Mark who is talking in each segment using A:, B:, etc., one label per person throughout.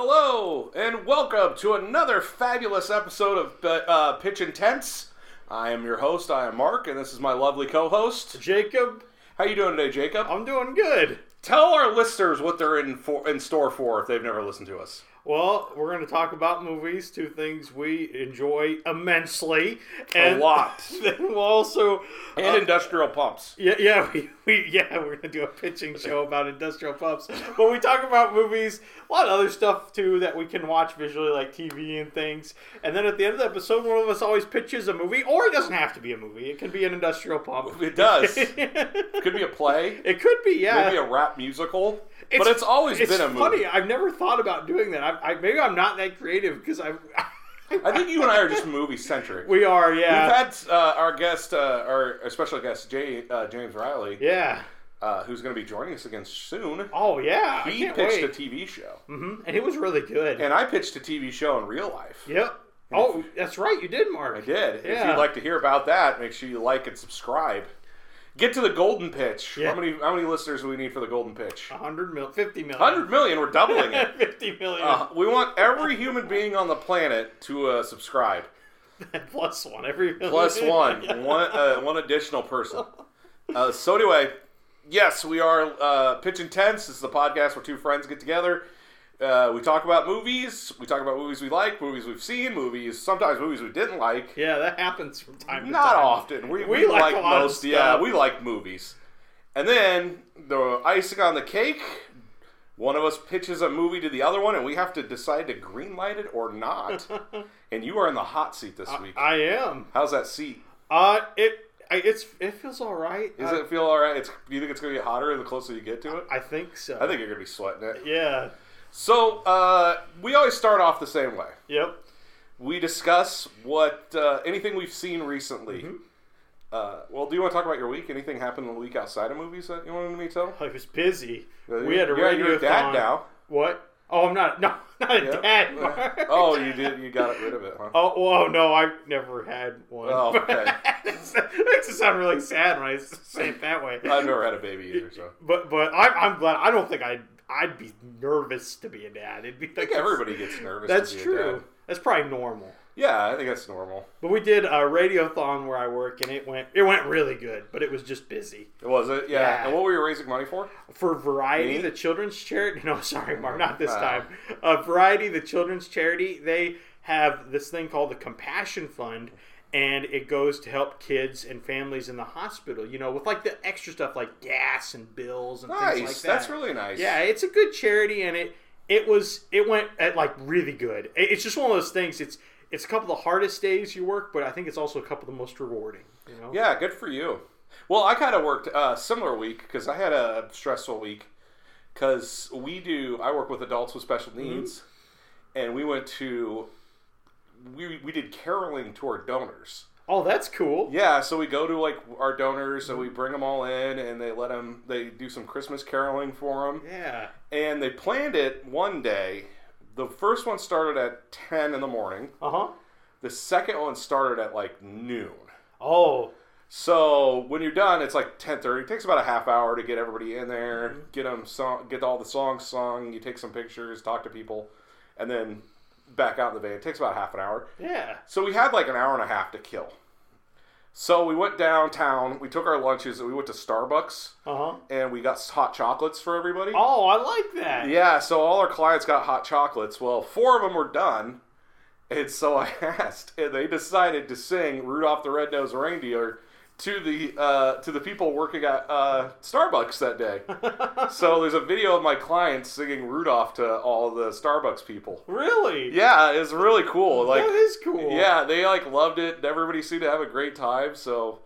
A: Hello and welcome to another fabulous episode of uh, uh, Pitch Intense. I am your host. I am Mark, and this is my lovely co-host.
B: Jacob,
A: How you doing today, Jacob?
B: I'm doing good.
A: Tell our listeners what they're in for, in store for if they've never listened to us.
B: Well, we're going to talk about movies, two things we enjoy immensely.
A: A lot,
B: Then we'll also. uh,
A: and industrial pumps.
B: yeah, yeah, we, we, yeah, we're going to do a pitching show about industrial pumps. But we talk about movies, a lot of other stuff too that we can watch visually, like TV and things. And then at the end of the episode, one of us always pitches a movie, or it doesn't have to be a movie. It can be an industrial pump.
A: It does.
B: it
A: Could be a play.
B: could be, yeah.
A: Maybe a rap musical. but it's always
B: it's
A: been a
B: funny.
A: movie.
B: I've never thought about doing that. I, I maybe I'm not that creative because I.
A: I think you and I are just movie centric.
B: we are, yeah,
A: We've had uh, our guest, uh, our, our special guest, Jay, uh, James Riley,
B: yeah.
A: uh, who's going to be joining us again soon.
B: Oh yeah, I
A: He
B: can't
A: pitched
B: wait.
A: a TV show,
B: Mhm, And it was really good.
A: and I pitched a TV show in real life.
B: yep. Oh, that's right. You did, Mark.
A: I did. If
B: Yeah.
A: you'd like to hear about that, make sure you like and subscribe. Get to the golden pitch.
B: Yeah.
A: How many how many listeners do we need for the golden pitch?
B: 100 mil, 50 million.
A: 100 million. We're doubling it.
B: 50 million
A: Uh, we want every human being on the planet to uh, subscribe.
B: plus one every million.
A: Plus one, one, uh, one additional person. Uh, so anyway, yes, we are uh, Pitch Intense. This is the podcast where two friends get together. Uh, we talk about movies. We talk about movies we like, movies we've seen, movies sometimes movies we didn't like.
B: Yeah, that happens from time to
A: Not
B: time.
A: often. We, we,
B: We like
A: like,
B: a lot of
A: most. Yeah,
B: stuff.
A: we like movies. And then the icing on the cake. One of us pitches a movie to the other one, and we have to decide to greenlight it or not. and you are in the hot seat this week.
B: I am.
A: How's that seat?
B: Uh, it I, it's it feels all right.
A: Does
B: I,
A: it feel all right? It's, do you think it's going to get hotter the closer you get to it?
B: I think so.
A: I think you're going to be sweating it.
B: Yeah.
A: So uh, we always start off the same way.
B: Yep.
A: We discuss what uh, anything we've seen recently.
B: Mm-hmm.
A: Uh, well, do you want to talk about your week? Anything happened in the week outside of movies that you wanted me to tell?
B: I was busy.
A: Uh,
B: We had a
A: you're-
B: radio
A: you're a dad now.
B: What? Oh, I'm not. No, not a
A: Yep.
B: dad.
A: Yeah.
B: Mark.
A: Oh, you did. You got rid of it, huh?
B: Oh, whoa, no, I've never had one.
A: Oh, okay.
B: it makes it sound really sad when I s- say it that way.
A: I've never had a baby either, so
B: But but I'm, I'm glad. I don't think I'd I'd be nervous to be a dad. It'd be
A: I
B: like
A: think everybody gets nervous. to
B: That's
A: be a
B: true.
A: dad.
B: That's probably normal.
A: Yeah, I think that's normal.
B: But we did a radiothon where I work, and it went it went really good. But it was just busy
A: Was it? Yeah.
B: Yeah.
A: And what were you raising money for?
B: for Variety,
A: Me?
B: the children's charity. No, sorry, Mark, not this
A: Wow.
B: time. Uh, Variety, the children's charity, they have this thing called the Compassion Fund, and it goes to help kids and families in the hospital. You know, with like the extra stuff like gas and bills and
A: Nice.
B: things like that.
A: That's really nice.
B: Yeah, it's a good charity, and it it was it went at like really good. It- It's just one of those things. It's it's a couple of the hardest days you work, but I think it's also a couple of the most rewarding. You know.
A: Yeah, good for you. Well, I kind of worked a similar week because I had a stressful week because we do. I work with adults with special
B: Mm-hmm.
A: needs, and we went to we we did caroling to our donors.
B: Oh, that's cool.
A: Yeah, so we go to like our donors, so we bring them all in, and they let them. They do some Christmas caroling for them,
B: Yeah.
A: and they planned it one day. The first one started at ten in the morning.
B: Uh huh.
A: The second one started at like noon.
B: Oh,
A: So when you're done, it's like 10:30. It takes about a half hour to get everybody in there, get them song, get all the songs sung. You take some pictures, talk to people, and then back out in the van. It takes about half an hour.
B: yeah.
A: So we had like an hour and a half to kill. So we went downtown. We took our lunches and we went to Starbucks
B: Uh huh.
A: and we got hot chocolates for everybody.
B: Oh, I like that.
A: Yeah, so all our clients got hot chocolates. Well, four of them were done. And so I asked, and they decided to sing Rudolph the Red-Nosed Reindeer to the uh, to the people working at uh, Starbucks that day. so there's a video of my clients singing Rudolph to all the Starbucks people.
B: Really?
A: Yeah, it's really cool. Like
B: that is cool.
A: Yeah, they like loved it. and Everybody seemed to have a great time, so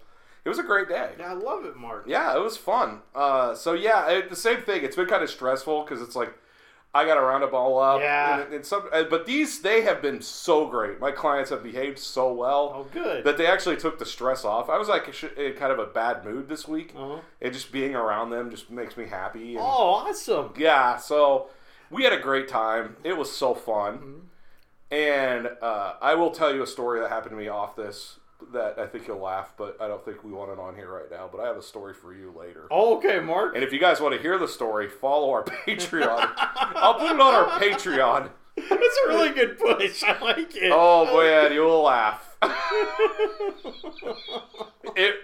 A: it was a great day.
B: Yeah, I love it, Mark.
A: Yeah, it was fun. Uh, so yeah, it, the same thing. It's been kind of stressful because it's like I got to round them all up.
B: Yeah.
A: And, and some, uh, but these they have been so great. My clients have behaved so well
B: Oh, good.
A: that they actually took the stress off. I was like sh- in kind of a bad mood this week,
B: Uh-huh.
A: and just being around them just makes me happy. and-
B: Oh, awesome.
A: Yeah. So we had a great time. It was so fun. And uh, I will tell you a story that happened to me off this that I think you'll laugh, but I don't think we want it on here right now. But I have a story for you later.
B: Oh, okay, Mark.
A: And if you guys want to hear the story, follow our Patreon. I'll put it on our Patreon.
B: That's a really good push. I like it.
A: Oh man, you'll laugh. it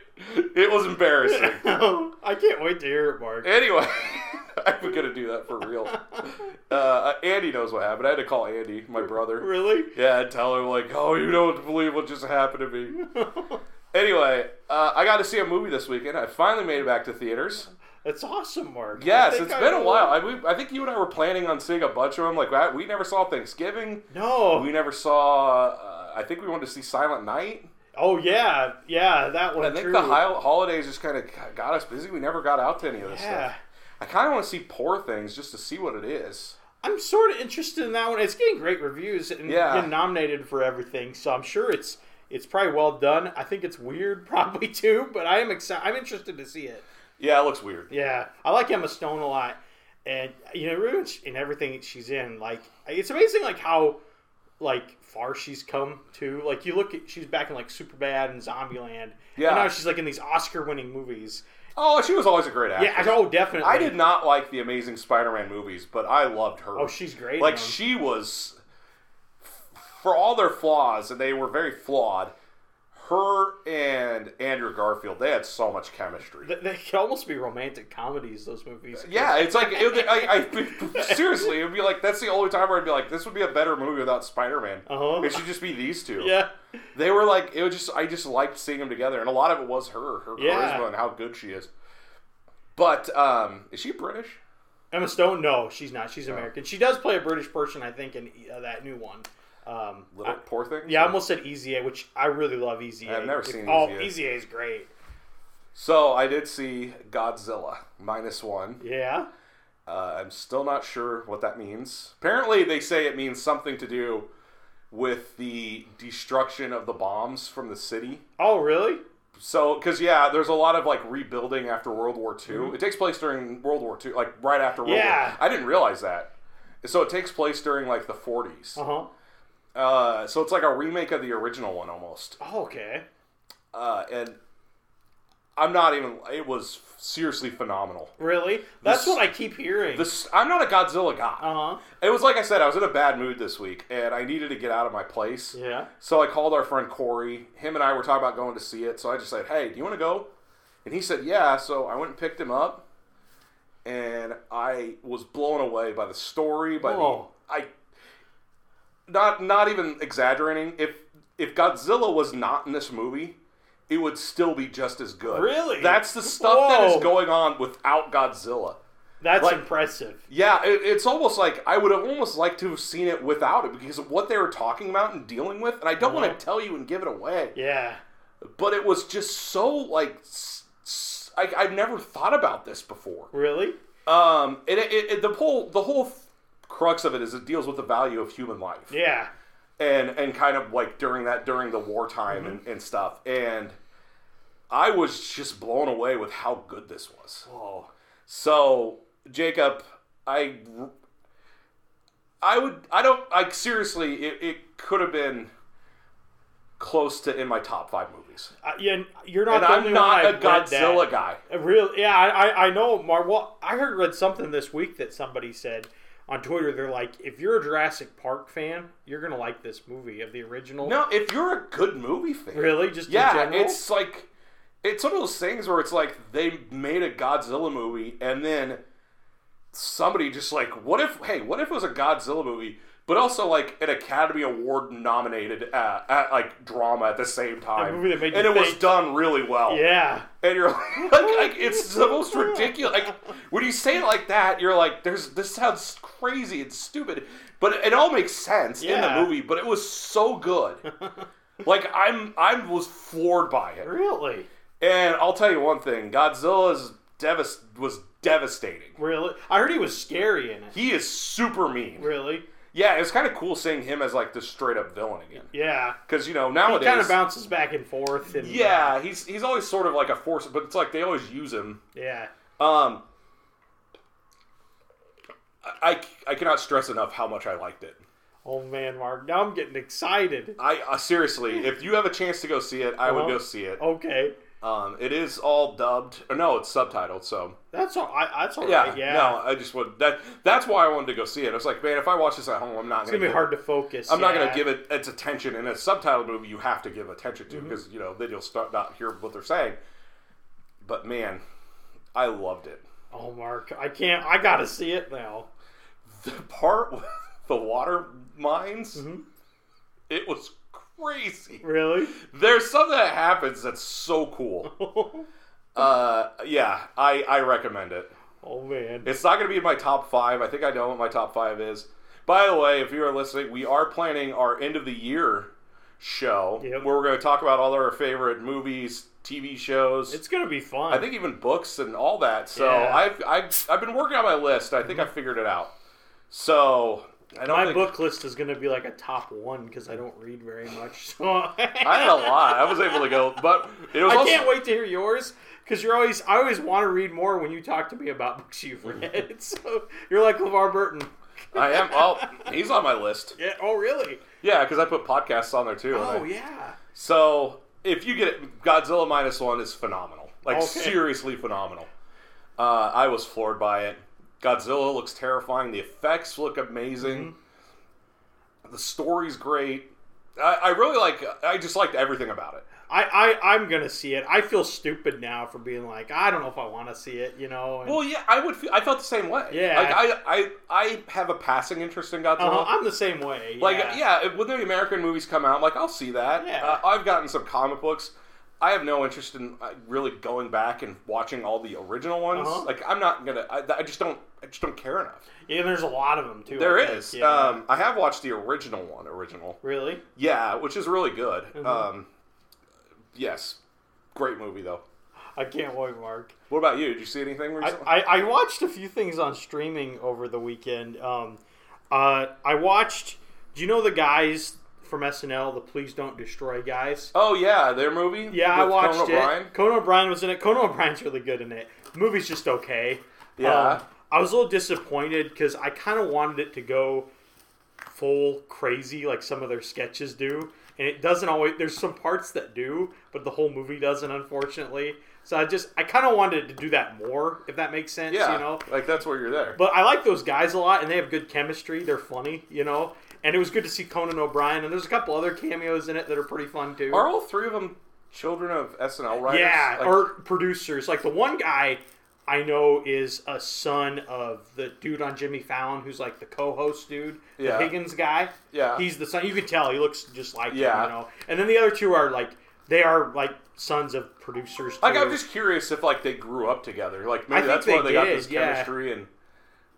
A: it was embarrassing.
B: I can't wait to hear it, Mark.
A: Anyway, I'm gonna do that for real. Uh, Andy knows what happened. I had to call Andy, my brother.
B: Really?
A: Yeah, and tell him like, oh, you don't believe what just happened to me. Anyway, uh, I got to see a movie this weekend. I finally made it back to theaters.
B: That's awesome, Mark. I
A: Yes,
B: think
A: it's
B: I
A: been a
B: will.
A: while. I, we, I think you and I were planning on seeing a bunch of them. Like I- we never saw Thanksgiving.
B: No.
A: We never saw. Uh, I think we wanted to see Silent Night.
B: Oh yeah, yeah, that one.
A: I think
B: true.
A: the hi- holidays just kind of got us busy. We never got out to any of this
B: Yeah.
A: stuff. I kind of want to see Poor Things just to see what it is.
B: I'm sort of interested in that one. It's getting great reviews and
A: Yeah.
B: getting nominated for everything, so I'm sure it's it's probably well done. I think it's weird, probably too, but I am excited. I'm interested to see it.
A: Yeah, it looks weird.
B: Yeah, I like Emma Stone a lot, and you know, really in- in everything she's in, like it's amazing, like how like far she's come to. Like you look at she's back in like Superbad and Zombieland.
A: Yeah.
B: and now she's like in these Oscar-winning movies.
A: Oh, she was always a great actress.
B: Yeah, I, oh, definitely.
A: I did not like the Amazing Spider-Man movies, but I loved her.
B: Oh, she's great.
A: like
B: in 'em.
A: she was for all their flaws and they were very flawed her and andrew garfield they had so much chemistry
B: They, they could almost be romantic comedies. Those movies.
A: yeah it's like it, would- I, I seriously it would be like that's the only time where i'd be like this would be a better movie without spider-man
B: Uh-huh.
A: it should just be these two
B: Yeah.
A: they were like it was just i just liked seeing them together and a lot of it was her her
B: Yeah.
A: charisma and how good she is but um is she british
B: Emma Stone. No, she's not. She's American. She does play a British person, I think, in uh, that new one. Um,
A: little
B: I-
A: poor thing
B: yeah, I almost said Easy A, which I really love Easy A.
A: I've never seen
B: Oh,
A: Easy A.
B: Easy A is great.
A: so i did see godzilla minus one
B: Yeah.
A: Uh, I'm still not sure what that means. Apparently, they say it means something to do with the destruction of the bombs from the city.
B: Oh, really?
A: So, because yeah, there's a lot of like rebuilding after World War II. It takes place during World War II, like right after World War.
B: Yeah.
A: I didn't realize that. So it takes place during like the 40s.
B: Uh huh.
A: Uh, so it's like a remake of the original one almost.
B: Oh, okay.
A: Uh, and I'm not even. It was seriously phenomenal.
B: Really? That's
A: This-
B: what I keep hearing.
A: This I'm not a Godzilla guy.
B: uh huh.
A: It was like I said, I was in a bad mood this week, and I needed to get out of my place.
B: Yeah.
A: So I called our friend Corey. Him and I were talking about going to see it. So I just said, "Hey, do you want to go?" And he said, "Yeah." So I went and picked him up, and I was blown away by the story. By
B: Whoa.
A: the I, not not even exaggerating. If if Godzilla was not in this movie, it would still be just as good.
B: Really?
A: That's the stuff that is
B: Whoa.
A: going on without Godzilla.
B: That's
A: Like-
B: impressive.
A: Yeah, it, it's almost like I would have almost liked to have seen it without it because of what they were talking about and dealing with. And I don't want to tell you and give it away,
B: Uh-huh. Yeah.
A: but it was just so like s- s- I, have never thought about this before.
B: Really?
A: Um, it, it, it the whole the whole crux of it is it deals with the value of human life
B: Yeah.
A: and and kind of like during that during the wartime
B: Mm-hmm.
A: and, and stuff. And I was just blown away with how good this was.
B: Oh.
A: So Jacob, I, I would, I don't, like seriously, it, it could have been close to in my top five movies,
B: I, yeah, you're not
A: and
B: the only
A: I'm not
B: one
A: a
B: I've read that.
A: Godzilla guy.
B: A Uh, Real, yeah, I, I, I know. Mar- well, I heard read something this week that somebody said on Twitter. They're like, if you're a Jurassic Park fan, you're gonna like this movie of the original.
A: No, if you're a good movie fan,
B: really, just in
A: yeah,
B: general?
A: it's like it's one of those things where it's like they made a Godzilla movie, and then somebody just like, what if? Hey, what if it was a Godzilla movie? But also like an Academy Award nominated uh, at like drama at the same time,
B: movie that made
A: and
B: you
A: it was
B: think.
A: done really well.
B: yeah,
A: And you're like, like, like, it's the most ridiculous. Like when you say it like that, you're like, there's this sounds crazy and stupid, but it all makes sense in
B: Yeah.
A: the movie. But it was so good. like I'm, I was floored by it.
B: really,
A: And I'll tell you one thing: Godzilla's devast was devastating.
B: really. I heard he was scary in it.
A: He is super mean.
B: Really,
A: Yeah, it was kind of cool seeing him as like the straight up villain again.
B: yeah.
A: Because you know
B: He
A: nowadays,
B: kind of bounces back and forth. And,
A: yeah, he's he's always sort of like a force, but it's like they always use him.
B: yeah.
A: Um, I I cannot stress enough how much I liked it.
B: Oh man, Mark, now I'm getting excited.
A: I uh, seriously, if you have a chance to go see it, I would
B: Uh-huh.
A: go see it.
B: Okay,
A: Um, it is all dubbed. Or no, it's subtitled. So
B: that's all. I, that's all
A: yeah,
B: right, Yeah,
A: No, I just would that. That's why I wanted to go see it. I was like, man, if I watch this at home, I'm not
B: it's
A: gonna.
B: gonna
A: give
B: be hard
A: it-
B: to focus.
A: I'm not
B: yeah.
A: gonna give it its attention. In a subtitled movie, you have to give attention
B: Mm-hmm.
A: to because you know then you'll start not hear what they're saying. But man, I loved it.
B: Oh, Mark, I can't. I gotta see it now.
A: The part with the water mines,
B: Mm-hmm.
A: it was crazy.
B: Really?
A: There's something that happens that's so cool.
B: oh
A: Uh, yeah, I, I recommend it.
B: man.
A: It's not going to be in my top five. I think I know what my top five is. By the way, if you are listening, we are planning our end of the year show
B: Yep.
A: where we're going to talk about all our favorite movies, TV shows.
B: It's gonna be fun.
A: I think even books and all that. So
B: Yeah. Mm-hmm.
A: I've, I've I've been working on my list. I think I figured it out. So I don't
B: my
A: think,
B: book list is gonna be like a top one because I don't read very much. So
A: I had a lot. I was able to go, but it was
B: I
A: also,
B: can't wait to hear yours because you're always. I always want to read more when you talk to me about books you've read. so you're like LeVar Burton.
A: I am. Oh, he's on my list.
B: Yeah. Oh, really?
A: Yeah, because I put podcasts on there too. and I-
B: Oh, yeah.
A: So if you get it, Godzilla minus one is phenomenal, like
B: Okay.
A: seriously phenomenal. Uh, I was floored by it. Godzilla looks terrifying. The effects look amazing. The story's great. I, I really like. I just liked everything about it.
B: I, I I'm gonna see it. I feel stupid now for being like I don't know if I want to see it. You know. and-
A: Well, yeah, I would. Feel, I felt the same way.
B: Yeah.
A: like I, I, I have a passing interest in Godzilla.
B: Uh-huh, I'm the same way.
A: Like,
B: yeah.
A: yeah, if- when the American movies come out, I'm like, I'll see that.
B: Yeah.
A: Uh, I've gotten some comic books. I have no interest in uh, really going back and watching all the original ones.
B: Uh-huh.
A: Like, I'm not gonna. I, I just don't. I just don't care enough.
B: Yeah, there's a lot of them too.
A: There
B: I
A: is.
B: think, yeah.
A: Um, I have watched the original one, original.
B: really?
A: Yeah, which is really good.
B: Mhm.
A: Um, yes, great movie though.
B: I can't wait, Mark.
A: What about you? Did you see anything recently?
B: I, I, I watched a few things on streaming over the weekend. Um, uh, I watched. Do you know the guys from SNL, the Please Don't Destroy guys?
A: oh yeah, their movie.
B: Yeah, I
A: with
B: watched
A: Conan
B: it.
A: O'Brien?
B: Conan O'Brien was in it. Conan O'Brien's really good in it. The movie's just okay. Um,
A: Yeah.
B: I was a little disappointed because I kind of wanted it to go full crazy like some of their sketches do, and it doesn't always. There's some parts that do, but the whole movie doesn't, unfortunately. So I just I kind of wanted to do that more, if that makes sense.
A: Yeah,
B: You know,
A: like that's where you're there.
B: but I like those guys a lot, and they have good chemistry. They're funny, you know. And it was good to see Conan O'Brien, and there's a couple other cameos in it that are pretty fun too.
A: Are all three of them children of SNL writers?
B: Yeah,
A: Like-
B: or producers. Like the one guy I know is a son of the dude on Jimmy Fallon, who's like the co-host dude,
A: Yeah.
B: the Higgins guy.
A: Yeah.
B: he's the son. You can tell he looks just like
A: Yeah.
B: him, you know. And then the other two are like they are like sons of producers. Too.
A: Like I'm just curious if like they grew up together. Like
B: I
A: maybe
B: think
A: that's why
B: they
A: they got
B: did,
A: this
B: yeah.
A: chemistry and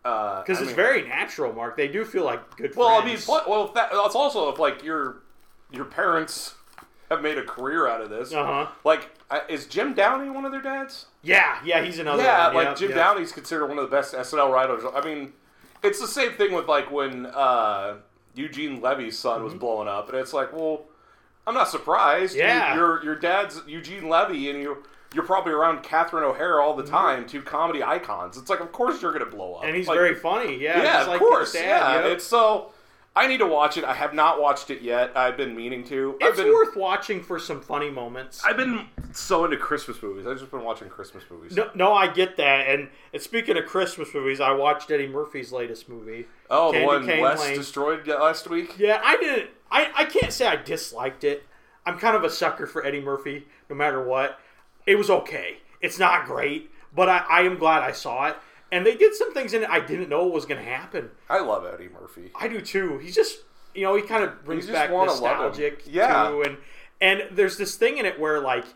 A: because
B: because it's very natural, Mark. They do feel like good.
A: well. I mean,
B: friends.
A: pl- well, if that, that's also if like your your parents have made a career out of this.
B: Uh-huh.
A: Like, I, is Jim Downey one of their dads?
B: yeah, yeah, he's another.
A: yeah,
B: one.
A: like
B: Yep,
A: Jim
B: yep.
A: Downey's considered one of the best SNL writers. I mean, it's the same thing with like when uh, Eugene Levy's son
B: Mm-hmm.
A: was blowing up, and it's like, well, I'm not surprised. You-
B: Yeah.
A: your your dad's Eugene Levy, and you you're probably around Catherine O'Hara all the time, two comedy icons. It's like, of course you're gonna blow up,
B: Mm-hmm. and he's
A: Like,
B: very funny. Yeah,
A: yeah,
B: just
A: of
B: like his
A: course,
B: dad,
A: yeah.
B: yep.
A: It's so. I need to watch it. I have not watched it yet. I've been meaning to. I've
B: It's
A: been,
B: worth watching for some funny moments.
A: I've been so into Christmas movies. I've just been watching Christmas movies.
B: No, no, I get that. And, and speaking of Christmas movies, I watched Eddie Murphy's latest movie.
A: oh, the
B: Candy
A: one
B: Cane
A: Wes
B: Lane.
A: destroyed last week.
B: yeah, I didn't. I, I can't say I disliked it. I'm kind of a sucker for Eddie Murphy, no matter what. It was okay. It's not great, but I, I am glad I saw it. And they did some things in it I didn't know was going to happen.
A: I love Eddie Murphy.
B: I do too. He's just you know he kind of brings
A: You just
B: back
A: wanna love him.
B: nostalgic
A: Yeah.
B: too, and and there's this thing in it where like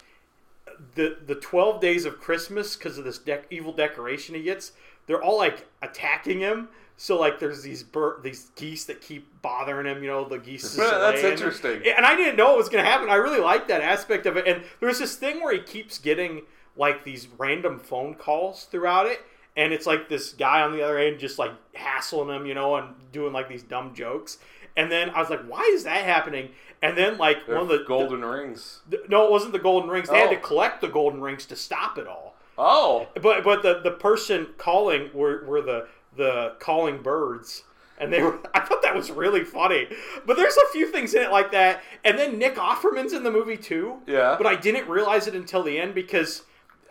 B: the the twelve days of Christmas because of this dec evil decoration he gets, they're all like attacking him. So like there's these bir- these geese that keep bothering him, you know the geese.
A: That's
B: slaying.
A: interesting.
B: And I didn't know it was gonna happen. I really like that aspect of it. And there's this thing where he keeps getting like these random phone calls throughout it, and it's like this guy on the other end just like hassling him, you know, and doing like these dumb jokes. And then I was like, why is that happening? And then like one of the
A: golden rings.
B: the- no, it wasn't the golden rings. They had
A: Oh.
B: to collect the golden rings to stop it all.
A: Oh,
B: But but the the person calling were were the the calling birds. and they were. I thought that was really funny. But there's a few things in it like that, and then Nick Offerman's in the movie too.
A: Yeah.
B: But I didn't realize it until the end because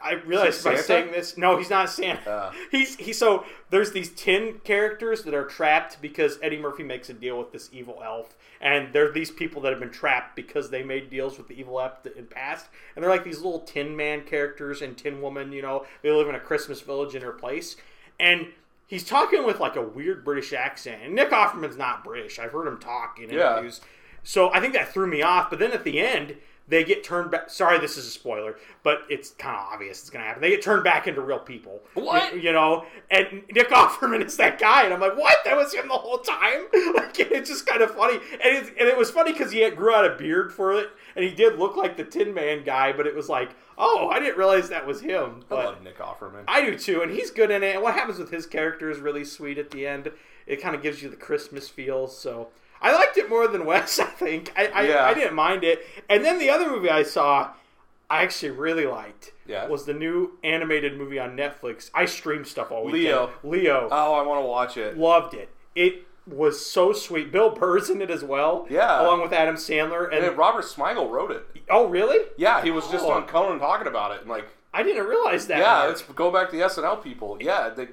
B: I realized by
A: Santa?
B: saying this. No, he's not Santa.
A: Uh.
B: He's he. So there's these ten characters that are trapped because Eddie Murphy makes a deal with this evil elf, and they're these people that have been trapped because they made deals with the evil elf in past, and they're like these little Tin Man characters and Tin Woman. You know, they live in a Christmas village in her place, and. He's talking with like a weird British accent, and Nick Offerman's not British. I've heard him talk in
A: Yeah.
B: interviews, so I think that threw me off. But then at the end, they get turned back. Sorry, this is a spoiler, but it's kind of obvious it's going to happen. They get turned back into real people.
A: What?
B: You, you know? And Nick Offerman is that guy, and I'm like, what? That was him the whole time. Like, it's just kind of funny, and it, and it was funny because he had, grew out a beard for it, and he did look like the Tin Man guy, but it was like, oh, I didn't realize that was him.
A: I
B: But
A: love Nick Offerman.
B: I do too, and he's good in it. And what happens with his character is really sweet at the end. It kind of gives you the Christmas feel. So I liked it more than Wes. I think I I,
A: Yeah.
B: I didn't mind it. And then the other movie I saw, I actually really liked.
A: Yeah.
B: Was the new animated movie on Netflix? I stream stuff all weekend.
A: Leo.
B: Leo
A: oh, I want to watch it.
B: loved it. It was so sweet. Bill Burr's in it as well.
A: Yeah.
B: Along with Adam Sandler and
A: And Robert Smigel wrote it.
B: oh really?
A: Yeah, he was just
B: Oh.
A: on Conan talking about it, and like,
B: I didn't realize that.
A: yeah,
B: Mark.
A: let's go back to the SNL people. Yeah, they,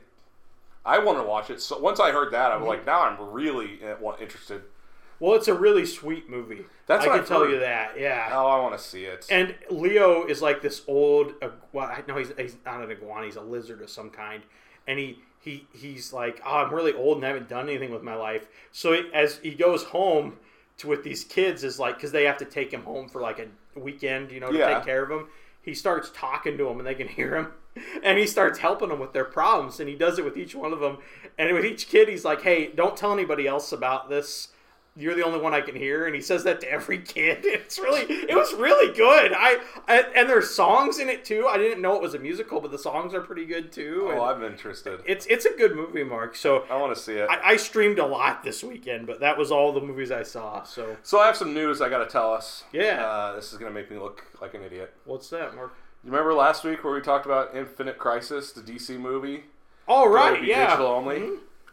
A: I want to watch it. So once I heard that, I'm like, now I'm really in- wa- interested.
B: Well, it's a really sweet movie.
A: That's
B: I
A: what
B: can
A: I've
B: tell
A: heard.
B: you that. Yeah.
A: Oh, I want to see it.
B: And Leo is like this old. Uh, well, I- no, he's, he's not an iguana. He's a lizard of some kind. And he he he's like, oh, I'm really old and haven't done anything with my life. So he, as he goes home to with these kids, is like because they have to take him home for like a weekend, you know, to
A: Yeah.
B: take care of him. He starts talking to them, and they can hear him. And he starts helping them with their problems, and he does it with each one of them. And with each kid, he's like, "Hey, don't tell anybody else about this." you're the only one I can hear, and he says that to every kid. It's really, it was really good. I, I and there's songs in it too. I didn't know it was a musical, but the songs are pretty good too. and
A: oh, I'm interested.
B: it's it's a good movie, Mark. So
A: I want to see it.
B: I, I streamed a lot this weekend, but that was all the movies I saw. So
A: so I have some news I got to tell us.
B: Yeah.
A: Uh, this is gonna make me look like an idiot.
B: what's that, Mark?
A: You remember last week where we talked about Infinite Crisis, the DC movie?
B: All
A: That would
B: right,
A: be
B: yeah.
A: Digital only.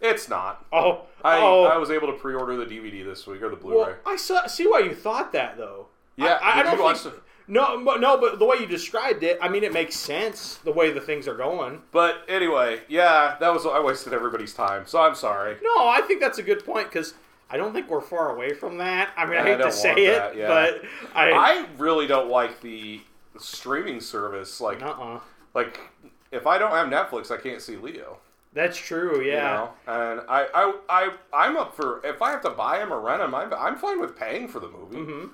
A: It's not.
B: Oh,
A: I,
B: oh.
A: I was able to pre-order the DVD this week or the Blu-ray.
B: well, I saw, see why you thought that though.
A: yeah,
B: I, I
A: did
B: don't
A: you watch
B: think,
A: the-
B: no, but no, but the way you described it, I mean, it makes sense the way the things are going.
A: But anyway, yeah, that was I wasted everybody's time, so I'm sorry.
B: No, I think that's a good point because I don't think we're far away from that. I mean, I
A: I
B: hate
A: don't
B: to say
A: want
B: it,
A: that, yeah.
B: but I,
A: I really don't like the streaming service. Like,
B: uh-uh.
A: like if I don't have Netflix, I can't see Leo.
B: That's true. Yeah.
A: You know, and I, I, I, I'm up for if I have to buy him or rent him, I'm, I'm fine with paying for the movie.
B: Mm-hmm.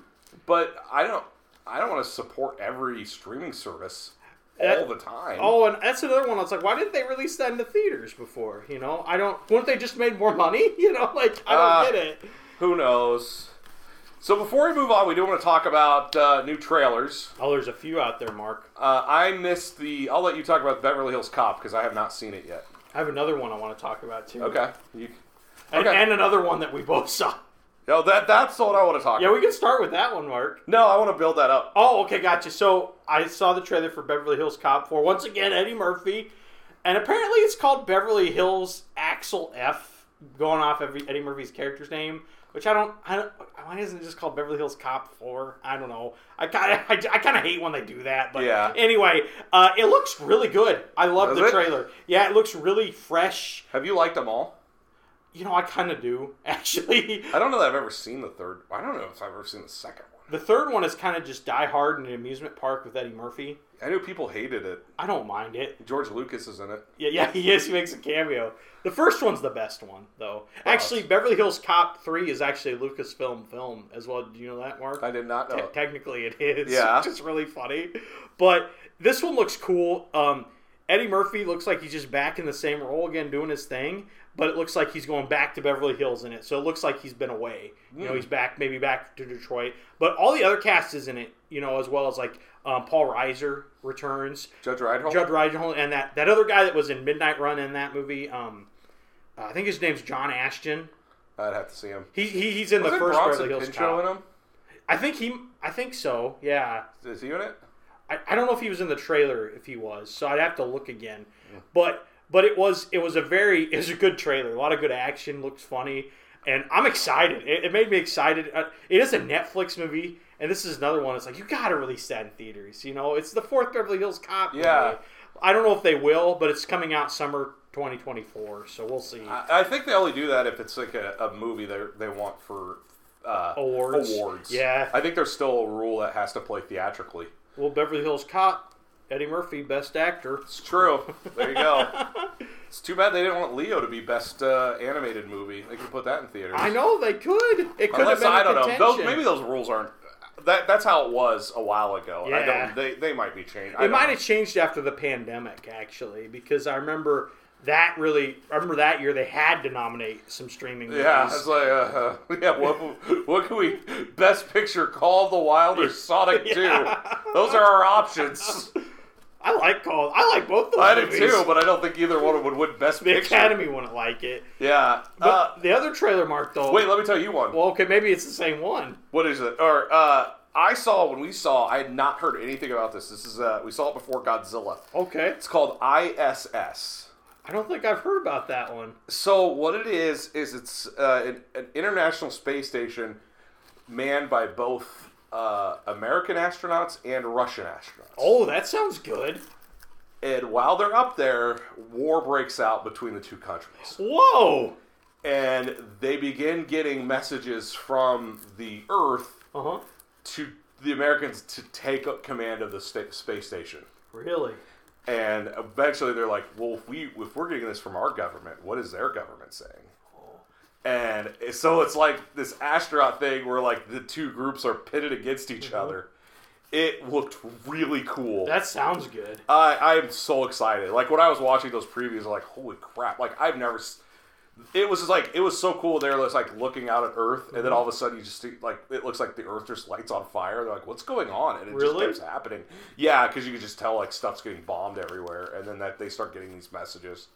A: But I don't, I don't want to support every streaming service all
B: That-
A: the time.
B: Oh, and that's another one. I was like, why didn't they release that into theaters before? You know, I don't. Wouldn't they just made more money? You know, like I don't
A: Uh,
B: get it.
A: Who knows? So before we move on, we do want to talk about uh, new trailers.
B: Oh, there's a few out there, Mark.
A: Uh, I missed the. I'll let you talk about Beverly Hills Cop because I have not seen it yet.
B: I have another one I want to talk about too.
A: Okay. You,
B: And,
A: okay.
B: and another one that we both saw.
A: no, that that's what I want to talk.
B: Yeah,
A: about.
B: we can start with that one, Mark.
A: No, I want to build that up.
B: Oh, okay, gotcha. So I saw the trailer for Beverly Hills Cop 4. Once again, Eddie Murphy. And apparently it's called Beverly Hills Axel F, going off every Eddie Murphy's character's name, which I don't, I don't, why isn't it just called Beverly Hills Cop 4? I don't know. I kind of, I, I kind of hate when they do that, but
A: Yeah.
B: anyway, uh, it looks really good. I love
A: Does
B: the
A: it?
B: trailer. Yeah, it looks really fresh.
A: Have you liked them all?
B: You know, I kind of do, actually.
A: I don't know that I've ever seen the third. I don't know if I've ever seen the second one.
B: The third one is kind of just Die Hard in an amusement park with Eddie Murphy.
A: I knew people hated it.
B: I don't mind it.
A: George Lucas is in it.
B: Yeah, yeah, he is. He makes a cameo. The first one's the best one, though. Actually, Beverly Hills Cop 3 is actually a Lucasfilm film as well. Do you know that, Mark?
A: I did not know.
B: Te-
A: it.
B: technically, it is.
A: Yeah.
B: Which is really funny. But this one looks cool. Um, Eddie Murphy looks like he's just back in the same role again, doing his thing. But it looks like he's going back to Beverly Hills in it. So it looks like he's been away. You
A: Hmm.
B: know, he's back, maybe back to Detroit. But all the other cast is in it, you know, as well as like um, Paul Reiser returns.
A: Judge Reinhold.
B: Judd Reinhold and that, that other guy that was in Midnight Run in that movie. Um, uh, I think his name's John Ashton.
A: I'd have to see him.
B: He, he he's in the
A: Wasn't
B: first
A: Bronson
B: Beverly Hills
A: Pinchot
B: Cop.
A: in him?
B: I think he I think so. Yeah.
A: Is he in it?
B: I, I don't know if he was in the trailer if he was. So I'd have to look again. But but it was it was a very it was a good trailer. A lot of good action, looks funny, and I'm excited. It, it made me excited. Uh, It is a Netflix movie, and this is another one. It's like you got to release that in theaters. You know, it's the fourth Beverly Hills Cop.
A: Yeah.
B: movie. I don't know if they will, but it's coming out summer 2024, so we'll see.
A: I, I think they only do that if it's like a, a movie they they want for uh,
B: Awards.
A: Awards.
B: Yeah.
A: I think there's still a rule that has to play theatrically.
B: well, Beverly Hills Cop, Eddie Murphy, Best Actor.
A: It's true. There you go. it's too bad they didn't want Leo to be best uh, animated movie. They could put that in theaters.
B: I know they could. It could have
A: Unless
B: been
A: I don't
B: contention.
A: know. Those maybe those rules aren't. That that's how it was a while ago. I
B: Yeah.
A: don't. They they might be changed. I
B: It
A: don't
B: might
A: know.
B: have changed after the pandemic, actually, because I remember that really. I remember that year they had to nominate some streaming. Movies.
A: Yeah, it's like uh, uh, yeah. What what can we best picture? Call of the Wild or Sonic
B: Yeah.
A: Two? Those are our options.
B: I like Call. I like both. Those
A: I did
B: movies.
A: too, but I don't think either one would win best
B: the
A: picture.
B: Academy wouldn't like it.
A: Yeah.
B: But
A: Uh,
B: the other trailer, Mark, though.
A: wait, let me tell you one.
B: Well, okay, maybe it's the same one.
A: What is it? Or uh, I saw when we saw. I had not heard anything about this. This is uh, we saw it before Godzilla.
B: Okay,
A: It's called ISS.
B: I don't think I've heard about that one.
A: So what it is is it's uh, an, an international space station manned by both uh, American astronauts and Russian astronauts.
B: Oh, that sounds good.
A: And while they're up there, war breaks out between the two countries,
B: Whoa.
A: and they begin getting messages from the Earth
B: Uh huh.
A: to the Americans to take up command of the sta- space station.
B: Really?
A: And eventually they're like, well, if, we, if we're getting this from our government, what is their government saying? And so it's like this astronaut thing where like the two groups are pitted against each other. It looked really cool.
B: That sounds good.
A: I, I am so excited. Like when I was watching those previews, I'm like, holy crap! Like I've never. s- It was just like it was so cool. There, was like looking out at Earth, and then all of a sudden you just see, like it looks like the Earth just lights on fire. They're like, what's going on? And it
B: Really?
A: just keeps happening. Yeah, because you can just tell like stuff's getting bombed everywhere, and then that they start getting these messages.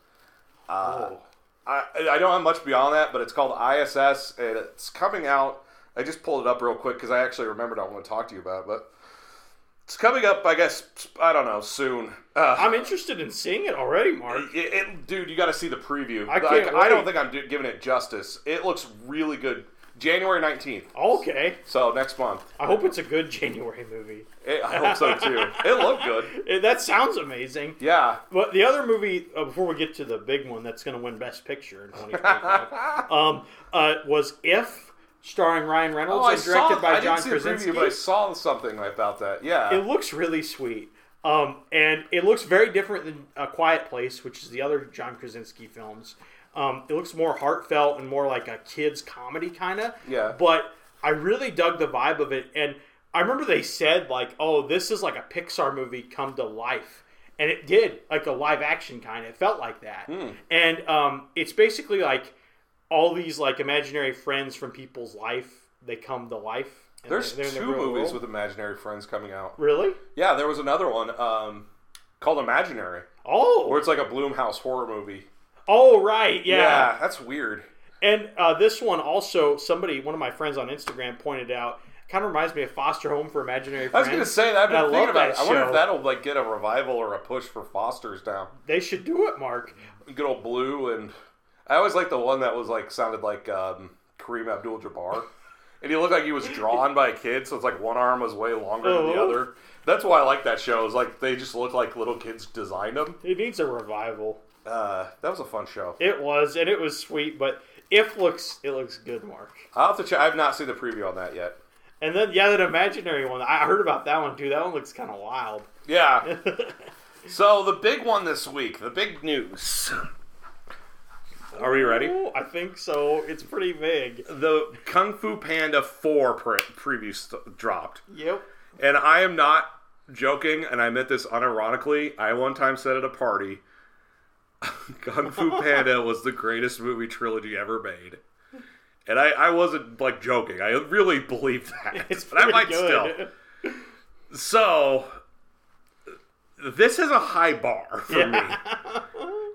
A: Uh,
B: oh.
A: I I don't have much beyond that, but it's called ISS, and it's coming out. I just pulled it up real quick because I actually remembered I want to talk to you about, it, but it's coming up. I guess I don't know soon. Uh,
B: I'm interested in seeing it already, Mark.
A: It, it- dude, you got to see the preview.
B: I
A: Like,
B: can't
A: I don't
B: wait.
A: think I'm do- giving it justice. It looks really good. January 19th,
B: Okay.
A: so next month.
B: I hope it's a good January movie.
A: It, I hope so too. it looked good.
B: Eh, That sounds amazing.
A: Yeah.
B: But the other movie, uh, before we get to the big one that's going to win Best Picture in 2025, um, uh, was If, starring Ryan Reynolds
A: Oh, I
B: and directed
A: saw,
B: by
A: I
B: John
A: didn't see
B: Krasinski.
A: a preview, but I saw something about that. Yeah.
B: it looks really sweet. Um, and it looks very different than A Quiet Place, which is the other John Krasinski films. Um, it looks more heartfelt and more like a kids comedy kind of.
A: Yeah.
B: But I really dug the vibe of it, and I remember they said like, "Oh, this is like a Pixar movie come to life," and it did, like a live action kind. It felt like that,
A: Hmm.
B: and um, it's basically like all these like imaginary friends from people's life they come to life. and
A: There's
B: they're in the
A: two
B: real
A: movies
B: world.
A: with imaginary friends coming out.
B: really.
A: Yeah, there was another one um, called Imaginary,
B: Oh,
A: where it's like a Bloomhouse horror movie.
B: Oh right, yeah.
A: that's weird.
B: And uh, this one also, somebody, one of my friends on Instagram pointed out, kind of reminds me of Foster Home for Imaginary
A: I
B: Friends.
A: was gonna say that. I've
B: I
A: been
B: love
A: thinking about it.
B: that
A: I wonder
B: show.
A: if that'll like get a revival or a push for Foster's now.
B: They should do it, Mark.
A: good old blue and I always liked the one that was like sounded like um, Kareem Abdul Jabbar. And he looked like he was drawn by a kid, so it's like one arm was way longer than the
B: Oh.
A: other. That's why I like that show. Is like they just look like little kids designed them.
B: It needs a revival.
A: Uh, that was a fun show.
B: It was, and it was sweet, but if looks, it looks good, Mark.
A: I'll have to check. I've not seen the preview on that yet.
B: And then, yeah, that imaginary one. I heard about that one too. That one looks kind of wild.
A: Yeah. so the big one this week, the big news. Are we ready?
B: Ooh, I think so. It's pretty big.
A: The Kung Fu Panda Four pre- preview st- dropped.
B: Yep.
A: And I am not joking, and I meant this unironically. I one time said at a party, Kung Fu Panda was the greatest movie trilogy ever made. And I, I wasn't like joking. I really believe that.
B: It's
A: but I
B: pretty
A: might
B: good.
A: still. So this is a high bar for me.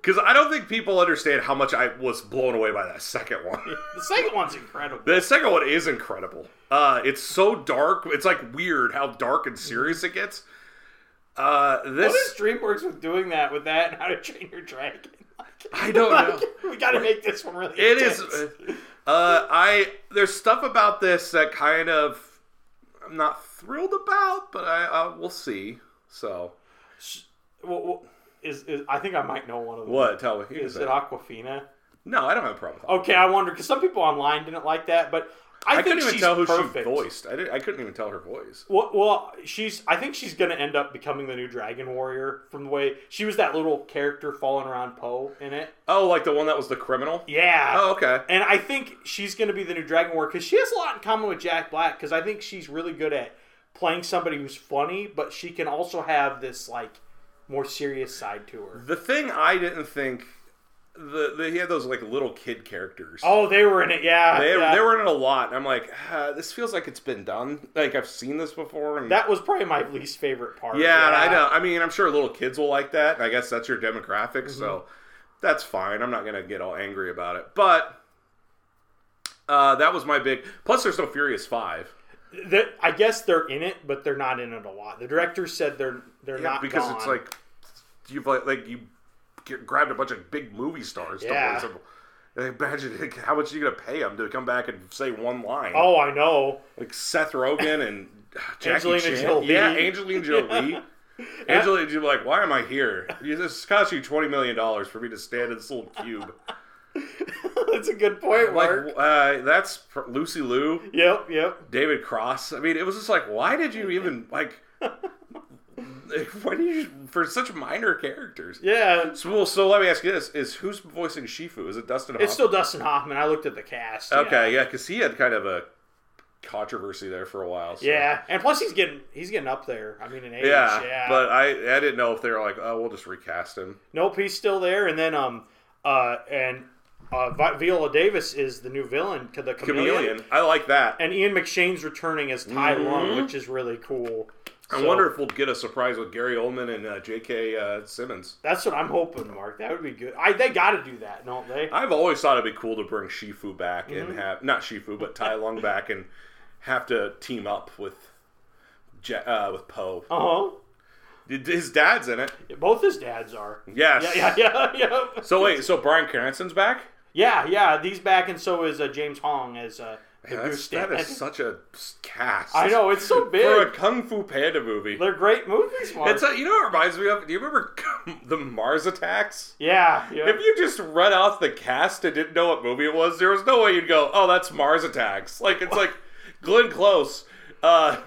A: Because I don't think people understand how much I was blown away by that second one.
B: The second one's incredible.
A: The second one is incredible. Uh, it's so dark. It's like weird how dark and serious it gets. Uh, this
B: What is DreamWorks with doing that with that and How to Train Your Dragon? Like,
A: I don't know.
B: We got to make this one really.
A: It is.
B: intense.
A: Uh, I there's stuff about this that kind of I'm not thrilled about, but I uh, we'll see. So
B: Well, well, is, is I think I might know one of them.
A: what? Tell me. you can
B: is
A: say
B: it?
A: it.
B: Aquafina?
A: No, I don't have a problem. With that.
B: Okay, I wonder because some people online didn't like that, but I,
A: I,
B: think
A: couldn't even
B: she's
A: tell who
B: perfect.
A: she voiced. I, didn't, I couldn't even tell her voice.
B: Well, well, she's. I think she's gonna end up becoming the new Dragon Warrior from the way she was that little character falling around Poe in it.
A: Oh, like the one that was the criminal.
B: Yeah.
A: Oh, okay.
B: And I think she's going to be the new Dragon Warrior because she has a lot in common with Jack Black because I think she's really good at playing somebody who's funny, but she can also have this like more serious side to her.
A: The thing I didn't think the, the he had those like little kid characters.
B: Oh, they were in it, yeah.
A: They,
B: yeah.
A: they were in it a lot. And I'm like, ah, this feels like it's been done. Like I've seen this before. And
B: that was probably my least favorite part.
A: yeah, and I know. I mean, I'm sure little kids will like that. and I guess that's your demographic, so
B: Mm-hmm.
A: that's fine. I'm not gonna get all angry about it. But uh, that was my big. Plus, there's no Furious Five
B: That I guess they're in it, but they're not in it a lot. The director said they're they're not
A: because it's
B: gone.
A: like you've like, like you get, grabbed a bunch of big movie stars.
B: Yeah.
A: To voice them. And Imagine like, how much you're gonna pay them to come back and say one line.
B: oh, I know.
A: like Seth Rogen and ah, Jackie
B: Angelina
A: Chan.
B: Jolie.
A: Yeah, Angelina Jolie. Angelina Jolie, like, why am I here? It just cost you twenty million dollars for me to stand in this little cube.
B: That's a good point,
A: Like,
B: Mark.
A: uh, that's for Lucy Liu,
B: Yep, yep.
A: David Cross. I mean, it was just like, why did you even like? Why did you for such minor characters?
B: Yeah.
A: So, well, so let me ask you this: Is who's voicing Shifu? Is it Dustin?
B: It's
A: Hoffman?
B: still Dustin Hoffman. I looked at the cast. yeah.
A: Uh, okay, yeah, because he had kind of a controversy there for a while. So.
B: Yeah, and plus he's getting he's getting up there. I mean, in age.
A: Yeah,
B: Yeah,
A: but I I didn't know if they were like, oh, we'll just recast him.
B: nope, he's still there. And then um uh and uh Vi- Viola Davis is the new villain to the chameleon.
A: Chameleon, I like that.
B: And Ian McShane's returning as Tai Lung, which is really cool.
A: Mm-hmm. I
B: So,
A: wonder if we'll get a surprise with Gary Oldman and uh, J.K. Uh, Simmons.
B: That's what I'm hoping, Mark. That would be good. I they got to do that, don't they?
A: I've always thought it'd be cool to bring Shifu back
B: Mm-hmm.
A: and have not Shifu but Tai Lung back and have to team up with Ja- uh, with Poe.
B: Uh huh.
A: His dad's in it.
B: Both his dads are.
A: Yes.
B: Yeah, yeah, yeah, yeah.
A: So wait, so Brian Cranston's back?
B: Yeah, yeah. These back, and so is uh, James Hong as uh, the
A: That's,
B: Goose
A: that
B: Dad.
A: is such a cast.
B: I know it's so big.
A: for a kung fu panda movie.
B: They're great movies, Mark.
A: It's a, you know what it reminds me of? Do you remember the Mars attacks?
B: yeah, yeah.
A: If you just read off the cast and didn't know what movie it was, there was no way you'd go, "Oh, that's Mars Attacks." Like it's like Glenn Close, uh,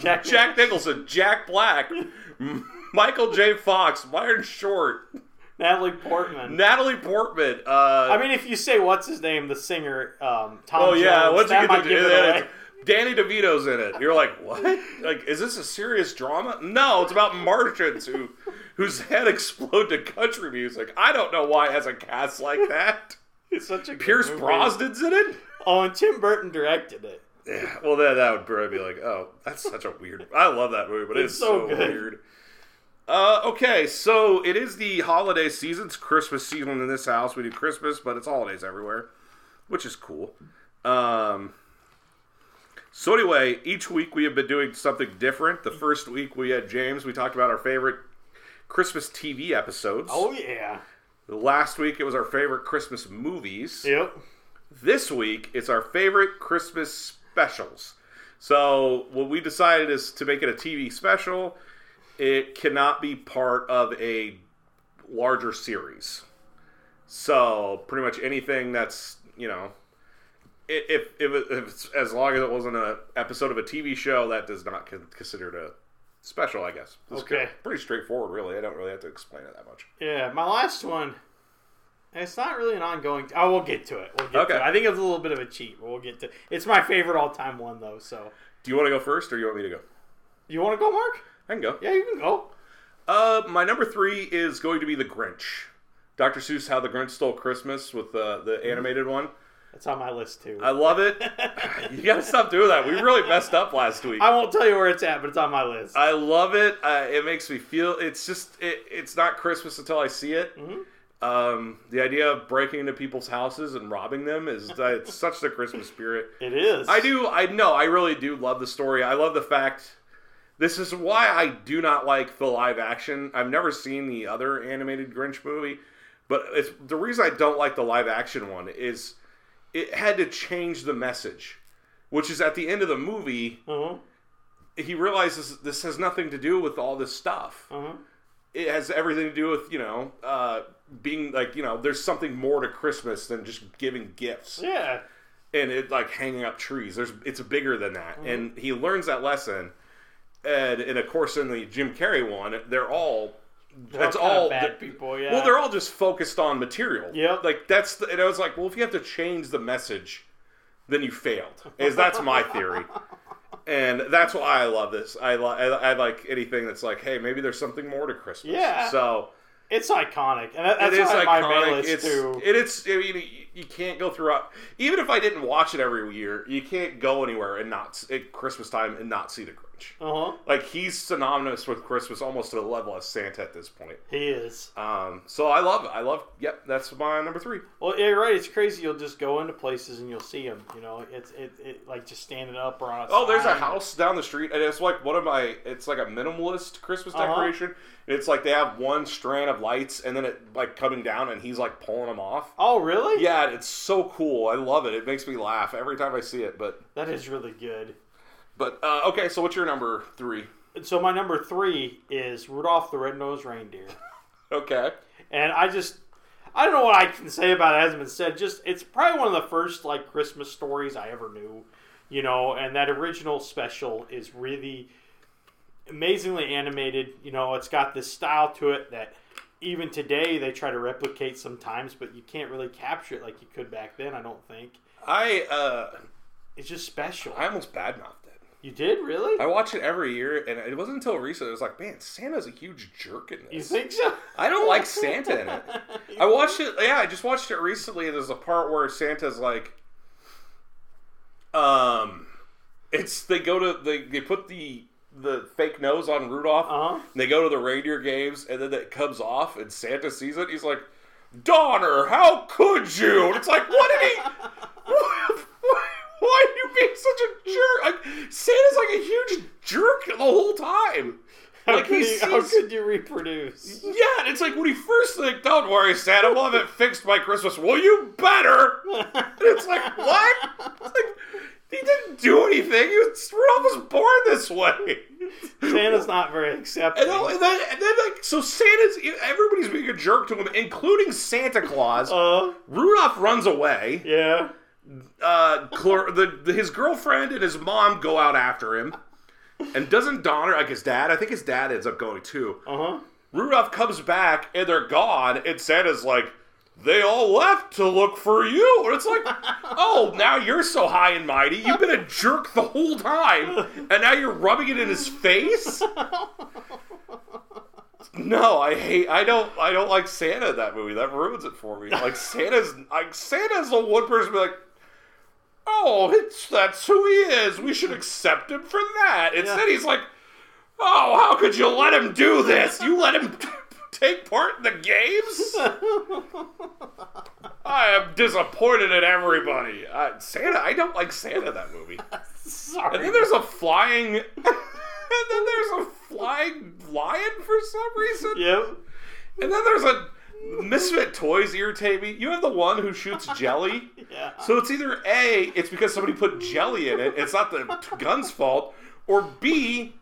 B: Jack-
A: Jack Nicholson, Jack Black, M- Michael J. Fox, Myron Short,
B: Natalie Portman.
A: Natalie Portman. Uh,
B: I mean, if you say what's his name, the singer, um, Tom.
A: oh yeah,
B: Jones,
A: once you
B: that
A: get
B: might
A: to
B: give it
A: that,
B: away.
A: it's- Danny DeVito's in it. You're like, what? Like, is this a serious drama? No, it's about Martians who whose head explode to country music. I don't know why it has a cast like that.
B: It's such a good
A: Pierce
B: movie.
A: Brosnan's in it.
B: Oh, and Tim Burton directed it.
A: Yeah, well, that that would probably be like, oh, that's such a weird. I love that movie, but it's,
B: It's
A: so,
B: so good.
A: weird. Uh, okay, so it is the holiday season. It's Christmas season in this house. We do Christmas, but it's holidays everywhere, which is cool. Um, so anyway, each week we have been doing something different. The first week we had James. We talked about our favorite Christmas TV episodes.
B: Oh yeah.
A: Last week it was our favorite Christmas movies.
B: Yep.
A: This week, it's our favorite Christmas specials. So, what we decided is to make it a TV special. It cannot be part of a larger series. So, pretty much anything that's, you know, i- if, if, it- if it's, as long as it wasn't an episode of a TV show, that does not con- consider it a special, I guess. It's
B: Okay.
A: Pretty straightforward, really. I don't really have to explain it that much.
B: Yeah. My last one. It's not really an ongoing. oh, we'll get to it. We'll get
A: Okay.
B: To it. I think it's a little bit of a cheat, but we'll get to. It's my favorite all-time one though. So
A: Do you want to go first or you want me to go?
B: you want to go, Mark?
A: I can go.
B: Yeah, you can go.
A: Uh, my number three is going to be The Grinch. Dr. Seuss, How the Grinch Stole Christmas with uh, the animated one.
B: That's on my list too.
A: I love it. you gotta stop doing that. We really messed up last week.
B: I won't tell you where it's at, but it's on my list.
A: I love it. Uh, it makes me feel. It's just. It, it's not Christmas until I see it. Um, the idea of breaking into people's houses and robbing them is uh, it's such the Christmas spirit.
B: it is.
A: I do. I know. I really do love the story. I love the fact This is why I do not like the live action. I've never seen the other animated Grinch movie, but it's the reason I don't like the live action one is it had to change the message, which is at the end of the movie
B: Uh-huh.
A: he realizes this has nothing to do with all this stuff.
B: Uh-huh.
A: It has everything to do with you know uh, being like you know there's something more to Christmas than just giving gifts
B: Yeah.
A: and it like hanging up trees. There's it's bigger than that,
B: Mm.
A: and he learns that lesson. And, and of course, in the Jim Carrey one, they're all
B: They're
A: it's
B: kinda
A: all
B: bad people. Yeah.
A: well, they're all just focused on material.
B: Yep.
A: like that's the, and I was like, well, if you have to change the message, then you failed. Is that's my theory, and that's why I love this. I li- I, I like anything that's like, hey, maybe there's something more to Christmas.
B: Yeah.
A: so
B: it's iconic, and that,
A: it
B: that's
A: is
B: why my
A: iconic.
B: mail list
A: it's
B: too.
A: it is. I mean, you- you can't go throughout. Even if I didn't watch it every year, you can't go anywhere and not s- at Christmas time and not see the Grinch.
B: Uh huh.
A: Like he's synonymous with Christmas almost to the level of Santa at this point.
B: He is.
A: Um, so I love it. I love. Yep, that's my number three.
B: Well, yeah, you're right. It's crazy. You'll just go into places and you'll see him. You know, it's it, it like just standing up or on a.
A: Oh, there's a
B: sign.
A: house down the street, and it's like one of my. It's like a minimalist Christmas
B: Uh-huh.
A: decoration. And it's like they have one strand of lights, and then it like coming down, and he's like pulling them off.
B: Oh, really?
A: Yeah, it's so cool. I love it. It makes me laugh every time I see it. But
B: That is really good.
A: but uh, okay, so what's your number three?
B: And so my number three is Rudolph the Red-Nosed Reindeer,
A: Okay,
B: and I just. I don't know what I can say about it. it. Hasn't been said. Just it's probably one of the first like Christmas stories I ever knew, you know. And that original special is really amazingly animated. You know, it's got this style to it that even today they try to replicate sometimes, but you can't really capture it like you could back then. I don't think
A: I uh,
B: it's just special.
A: I almost badmouthed it.
B: You did really?
A: I watch it every year, and it wasn't until recently I was like, man, Santa's a huge jerk in this.
B: You think so?
A: I don't like Santa in it. I watched it. Yeah, I just watched it recently. and There's a part where Santa's like, um, it's they go to they they put the the fake nose on Rudolph.
B: Uh-huh.
A: and They go to the reindeer games, and then it comes off, and Santa sees it. He's like, Donner, how could you? And it's like, what did he? why- Why are you being such a jerk? Like Santa's like a huge jerk the whole time.
B: How,
A: Like
B: could
A: he
B: you, how
A: sees-
B: could you reproduce?
A: yeah, and it's like when he first like, "Don't worry, Santa, we'll have it fixed by Christmas." Well, you better. And it's like what? It's like he didn't do anything. He was Rudolph was born this way.
B: Santa's not very accepting.
A: And then, and then, and then, like, so Santa's everybody's being a jerk to him, including Santa Claus.
B: Uh,
A: Rudolph runs away.
B: yeah.
A: Uh, Clor- the, the, his girlfriend and his mom go out after him, and doesn't Donner like his dad? I think his dad ends up going too.
B: Uh huh.
A: Rudolph comes back and they're gone, and Santa's like, they all left to look for you. And it's like, oh, now you're so high and mighty. You've been a jerk the whole time, and now you're rubbing it in his face. No, I hate. I don't. I don't like Santa in that movie. That ruins it for me. Like Santa's. Like Santa's the one person be like, oh, it's that's who he is. We should accept him for that. Instead,
B: Yeah.
A: he's like, Oh, how could you let him do this? You let him take part in the games? I am disappointed in everybody. Uh, Santa, I don't like Santa in that movie.
B: Sorry.
A: And then there's a flying. and then there's a flying lion for some reason.
B: Yep.
A: And then there's a. Misfit toys irritate me. You have the one who shoots jelly.
B: Yeah.
A: So it's either A, it's because somebody put jelly in it, it's not the t- gun's fault, or B,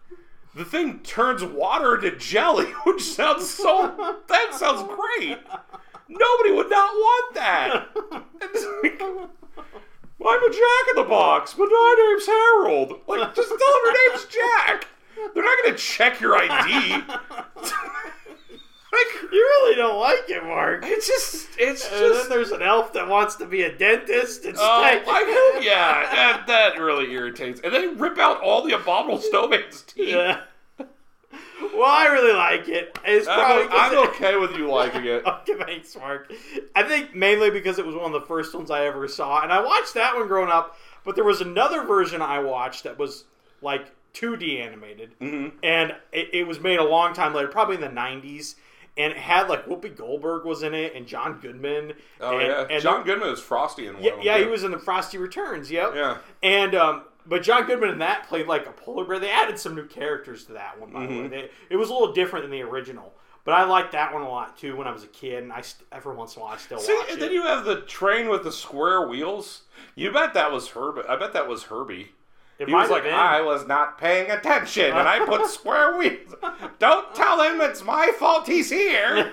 A: the thing turns water to jelly, which sounds so. That sounds great! Nobody would not want that! It's like, I'm a jack in the box, but my name's Harold! Like, just tell them your name's Jack! They're not gonna check your ID! like,
B: you really don't like it, Mark.
A: it's just. It's
B: And
A: just.
B: then there's an elf that wants to be a dentist. It's
A: Oh,
B: like-
A: I know. Yeah, that, that really irritates. And they rip out all the abominable snowman's teeth.
B: yeah. Well, I really like it. It's probably
A: Uh, I'm, I'm okay with you liking it.
B: Okay, thanks, Mark. I think mainly because it was one of the first ones I ever saw, and I watched that one growing up. But there was another version I watched that was like 2D animated,
A: Mm-hmm.
B: and it, it was made a long time later, probably in the 90s. And it had like Whoopi Goldberg was in it, and John Goodman.
A: Oh
B: and,
A: yeah,
B: and
A: John Goodman is frosty in one.
B: yeah,
A: of them,
B: yeah, he
A: too.
B: was in the Frosty Returns. Yep.
A: Oh, Yeah.
B: And um, But John Goodman in that played like a polar bear. They added some new characters to that one, by
A: Mm-hmm.
B: the way. They, it was a little different than the original, but I liked that one a lot too when I was a kid. And I st- every once in a while I still
A: See,
B: watch
A: and
B: it.
A: then you have the train with the square wheels. You bet that was Herbie. I bet that was Herbie.
B: It
A: He was
B: might have
A: like,
B: been.
A: I was not paying attention, and I put square wheels. Don't tell him it's my fault. He's here.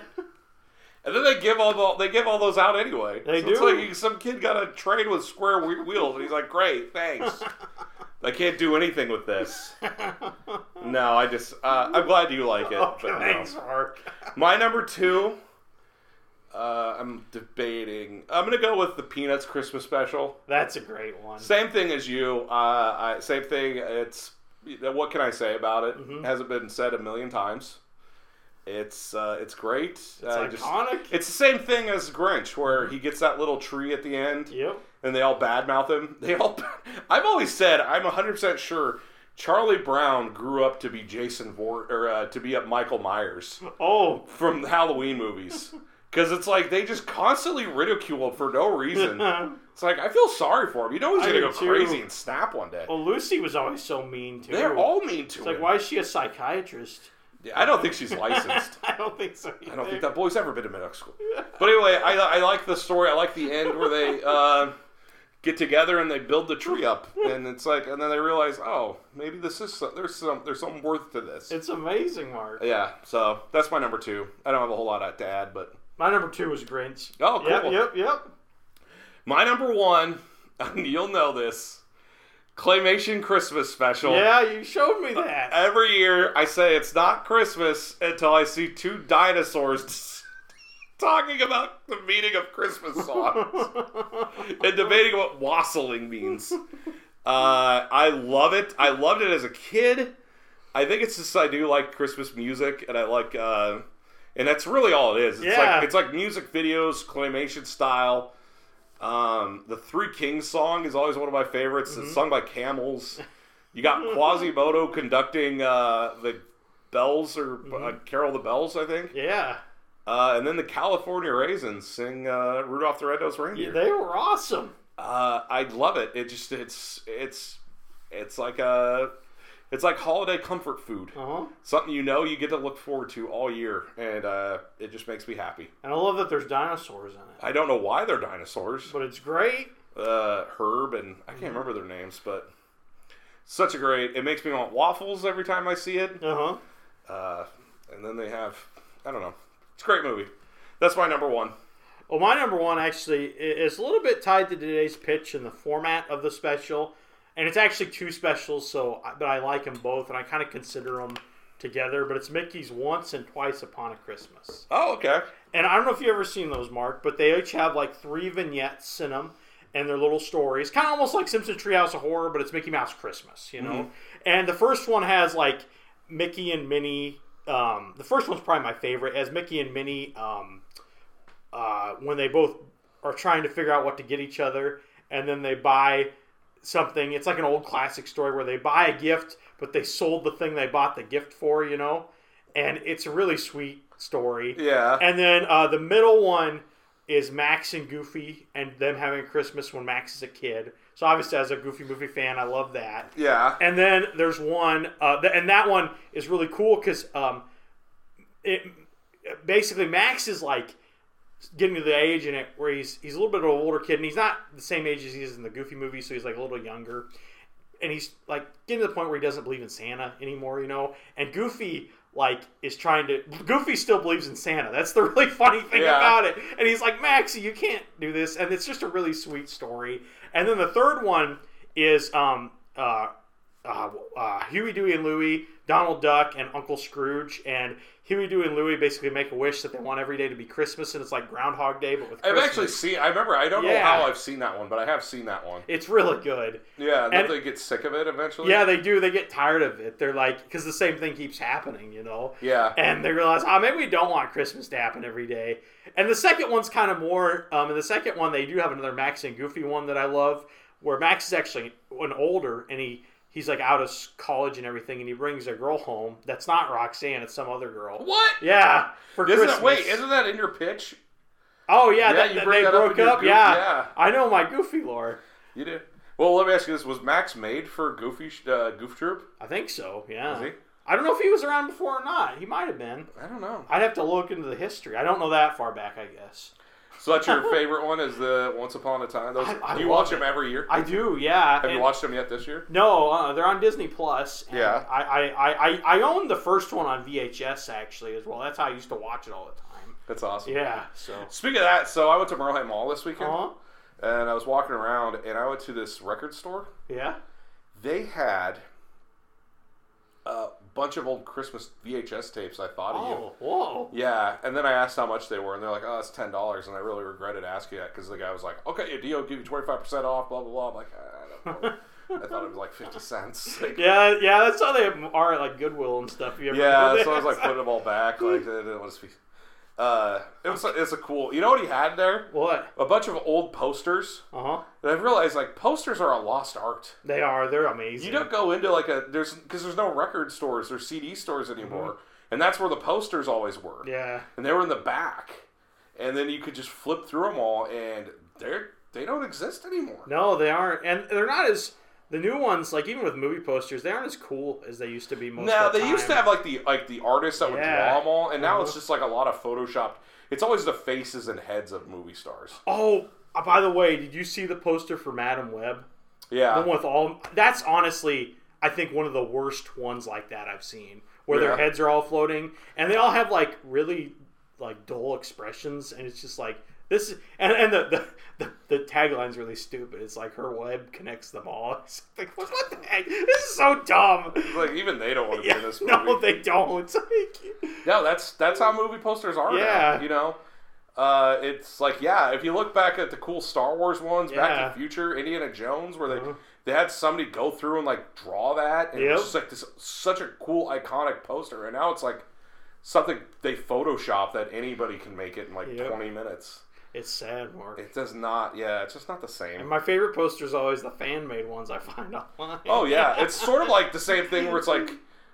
A: and then they give all the, they give all those out anyway.
B: They
A: so It's
B: do.
A: like some kid got a train with square whe- wheels, and he's like, "Great, thanks." I can't do anything with this. No, I just uh, I'm glad you like it. but
B: Okay,
A: no.
B: Oh, thanks, Mark.
A: My number two. Uh, I'm debating. I'm gonna go with the Peanuts Christmas special.
B: That's a great one.
A: Same thing as you. Uh, I, same thing. It's what can I say about it? Hasn't been said a million times. It's uh, it's great. It's uh, just-
B: Iconic.
A: it's the same thing as Grinch, where he gets that little tree at the end,
B: yep.
A: and they all badmouth him. They all. I've always said I'm 100 percent sure Charlie Brown grew up to be Jason Vor or uh, to be up Michael Myers
B: Oh,
A: from the Halloween movies. Because it's like they just constantly ridicule him for no reason.
B: well,
A: It's like I feel sorry for him. You know he's
B: I
A: gonna go
B: do too.
A: crazy and snap one day.
B: Lucy was always so mean too.
A: They're all mean to
B: It's like,
A: him.
B: why is she a psychiatrist?
A: I don't think she's licensed.
B: I don't think so. Either.
A: I don't think that boy's ever been to medical school. But anyway, I, I like the story. I like the end where they uh, get together and they build the tree up, and it's like, and then they realize, oh, maybe this is some, there's some there's some worth to this.
B: It's amazing, Mark.
A: yeah. So that's my number two. I don't have a whole lot to add, but
B: My number two was Grinch.
A: Oh, cool.
B: Yep, yep, yep.
A: My number one, you'll know this, Claymation Christmas special.
B: Yeah, you showed me that.
A: Every year I say it's not Christmas until I see two dinosaurs talking about the meaning of Christmas songs
B: uh,
A: and debating what wassailing means. Uh, I love it. I loved it as a kid. I think it's just I do like Christmas music and I like uh, and that's really all it is. It's
B: Yeah.
A: like it's like music videos, claymation style. Um, the Three Kings song is always one of my favorites. It's sung by camels. You got Quasimodo conducting uh, the bells or uh, Carol the Bells, I think.
B: yeah,
A: Uh, and then the California Raisins sing uh, Rudolph the Red-Nosed Reindeer.
B: they were awesome.
A: Uh, I love it. It just it's it's it's like a it's like holiday comfort food.
B: Uh huh.
A: Something you know you get to look forward to all year, and uh, it just makes me happy.
B: And I love that there's dinosaurs in it,
A: I don't know why they're dinosaurs.
B: but it's great.
A: uh, Herb and I can't remember their names, but such a great. It makes me want waffles every time I see it.
B: Uh huh.
A: Uh, and then they have I don't know. It's a great movie. That's my number one.
B: Well, my number one actually i- is a little bit tied to today's pitch and the format of the special, and it's actually two specials. So, I- but I like them both, and I kind of consider them together. But it's Mickey's Once and Twice Upon a Christmas.
A: Oh, okay.
B: And I don't know if you've ever seen those, Mark, but they each have like three vignettes in them and their little stories. Kind of almost like Simpson Treehouse of Horror, but it's Mickey Mouse Christmas, you know? And the first one has like Mickey and Minnie. Um, the first one's probably my favorite, as Mickey and Minnie, um, uh, when they both are trying to figure out what to get each other, and then they buy something. It's like an old classic story where they buy a gift, but they sold the thing they bought the gift for, you know? And it's a really sweet story.
A: Yeah.
B: And then uh, the middle one is Max and Goofy and them having Christmas when Max is a kid. So obviously, as a Goofy movie fan, I love that.
A: yeah.
B: And then there's one, uh, th- and that one is really cool because um, it basically Max is like getting to the age in it where he's he's a little bit of an older kid, and he's not the same age as he is in the Goofy movie, so he's like a little younger. And he's like getting to the point where he doesn't believe in Santa anymore, you know. And Goofy like is trying to Goofy still believes in Santa. That's the really funny thing
A: Yeah.
B: about it. And he's like, Maxie, you can't do this. And it's just a really sweet story. And then the third one is um uh uh, uh, Huey, Dewey, and Louie, Donald Duck, and Uncle Scrooge. And Huey, Dewey, and Louie basically make a wish that they want every day to be Christmas, and it's like Groundhog Day, but with
A: I've
B: Christmas.
A: actually seen. I remember. I don't know
B: Yeah.
A: how I've seen that one, but I have seen that one.
B: it's really good.
A: Yeah. And,
B: And-
A: don't they get sick of it eventually.
B: Yeah, they do. They get tired of it. They're like, because the same thing keeps happening, you know?
A: Yeah.
B: and they realize, oh, maybe we don't want Christmas to happen every day. And the second one's kind of more, um, and the second one, they do have another Max and Goofy one that I love, where Max is actually an older, and he he's like out of s- college and everything, and he brings a girl home that's not Roxanne, it's some other girl.
A: What?
B: Yeah, for
A: Isn't
B: Christmas.
A: it, wait, isn't that in your pitch?
B: oh yeah,
A: Yeah,
B: that,
A: you
B: that
A: bring
B: they
A: that up in
B: broke
A: your
B: up.
A: Goofy-
B: yeah.
A: yeah.
B: I know my Goofy lore.
A: You do. Well, let me ask you this: Was Max made for Goofy sh- uh, Goof Troop?
B: I think so. Yeah.
A: Was he?
B: I don't know if he was around before or not. He might have been.
A: I don't know.
B: I'd have to look into the history. I don't know that far back. I guess.
A: So that's your favorite one? Is the Once Upon a Time? Those,
B: I- I
A: do you
B: love
A: watch them every year?
B: I do. Yeah.
A: Have you
B: and-
A: watched them yet this year?
B: No, uh, they're on Disney Plus. and
A: Yeah.
B: I, I, I, I, I own the first one on VHS actually as well. That's how I used to watch it all the time.
A: That's awesome.
B: Yeah. So.
A: Speaking of that, so I went to Merlin Mall this weekend,
B: Uh-huh.
A: and I was walking around, and I went to this record store.
B: Yeah.
A: They had a bunch of old Christmas VHS tapes. I thought of you.
B: Oh. Whoa.
A: Yeah, and then I asked how much they were, and they're like, "Oh, it's ten dollars." And I really regretted asking that because the guy was like, "Okay, your deal, give you twenty five percent off." Blah blah blah. I'm like, I don't know. I thought it was like fifty cents. Like,
B: Yeah. Yeah. That's how they are at like Goodwill and stuff. You ever
A: yeah,
B: go
A: so I was
B: there?
A: like putting them all back. Like, I didn't want to speak. Uh, it was it's a cool. You know what he had there?
B: What?
A: A bunch of old posters.
B: Uh huh.
A: And I've realized like posters are a lost art.
B: They are. They're amazing.
A: You don't go into like a there's because there's no record stores or CD stores anymore, and that's where the posters always were.
B: Yeah.
A: and they were in the back, and then you could just flip through them all, and they're they don't exist anymore.
B: No, they aren't, and they're not as the new ones. Like even with movie posters, they aren't as cool as they used to be. Most
A: Now
B: of the
A: they used to
B: time.
A: have like the like the artists that would
B: Yeah. Uh-huh.
A: draw them all, and now it's just like a lot of photoshopped. It's always the faces and heads of movie stars.
B: Oh, uh, by the way, did you see the poster for Madam Web? The
A: Yeah,
B: one with all. That's honestly, I think one of the worst ones like that I've seen, where
A: Yeah.
B: their heads are all floating, and they all have like really like dull expressions, and it's just like this. is- And and the the, the, the tagline's really stupid. It's like her web connects them all. It's like what the heck? This is so dumb.
A: like even they don't want to be
B: Yeah,
A: in this movie.
B: no, they don't. It's like,
A: No, that's that's how movie posters are. Yeah,
B: Yeah.
A: now, you know, uh, it's like yeah. If you look back at the cool Star Wars ones, Back
B: Yeah. Uh-huh.
A: to the Future, Indiana Jones, where they they had somebody go through and like draw that, and it was
B: Yep.
A: just like this such a cool iconic poster. And now it's like something they Photoshop that anybody can make it in like
B: Yep.
A: twenty minutes.
B: It's sad, Mark.
A: It does not. Yeah, it's just not the
B: and
A: same.
B: my favorite poster is always the fan made ones I find online.
A: Oh yeah, it's sort of like the same thing where it's like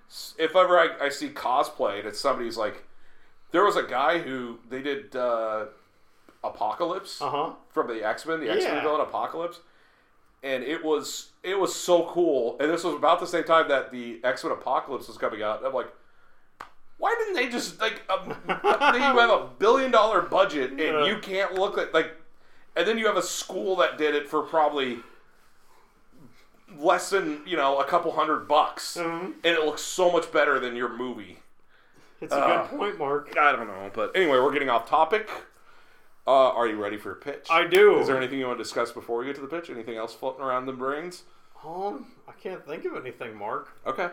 A: s- if ever I, I see cosplay and it's somebody's like there was a guy who they did uh, Apocalypse
B: Uh huh.
A: from the X Men, the X Men
B: Yeah.
A: villain Apocalypse, and it was it was so cool. And this was about the same time that the X Men Apocalypse was coming out. And I'm like. Why didn't they just like um, you have a billion dollar budget and
B: Yeah.
A: you can't look at like, and then you have a school that did it for probably less than you know a couple hundred bucks,
B: Mhm.
A: and it looks so much better than your movie.
B: It's a
A: Uh,
B: good point, Mark.
A: I don't know, but anyway, we're getting off topic. Uh, are you ready for a pitch?
B: I do.
A: Is there anything you want to discuss before we get to the pitch? Anything else floating around the brains?
B: um, I can't think of anything, Mark.
A: Okay.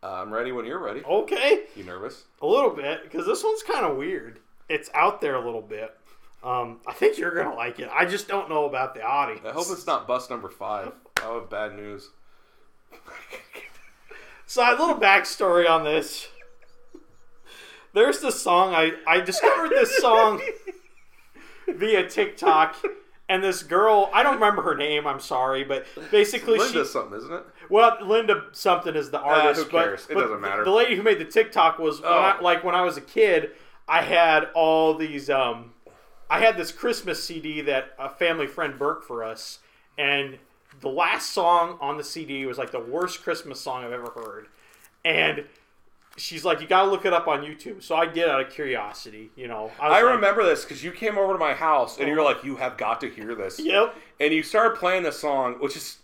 A: Uh, I'm ready when you're ready.
B: Okay,
A: You nervous?
B: a little bit because this one's kind of weird. It's out there a little bit. Um, I think you're gonna like it. I just don't know about the audience.
A: I hope it's not bus number five. I have bad news.
B: So a little backstory on this. There's this song I I discovered this song via TikTok, and this girl I don't remember her name. I'm sorry, but basically
A: Linda
B: she
A: something, isn't it?
B: well Linda something is the artist.
A: who
B: but-
A: cares? It
B: but
A: doesn't matter.
B: The lady who made the TikTok was when I,
A: Oh.
B: like when I was a kid. I had all these um, I had this Christmas CD that a family friend burnt for us, and the last song on the CD was like the worst Christmas song I've ever heard. And she's like, "You gotta look it up on YouTube." So I did out of curiosity, you know. was
A: I
B: like,
A: remember this because you came over to my house and you're like, "You have got to hear this."
B: Yep.
A: and you started playing the song, which is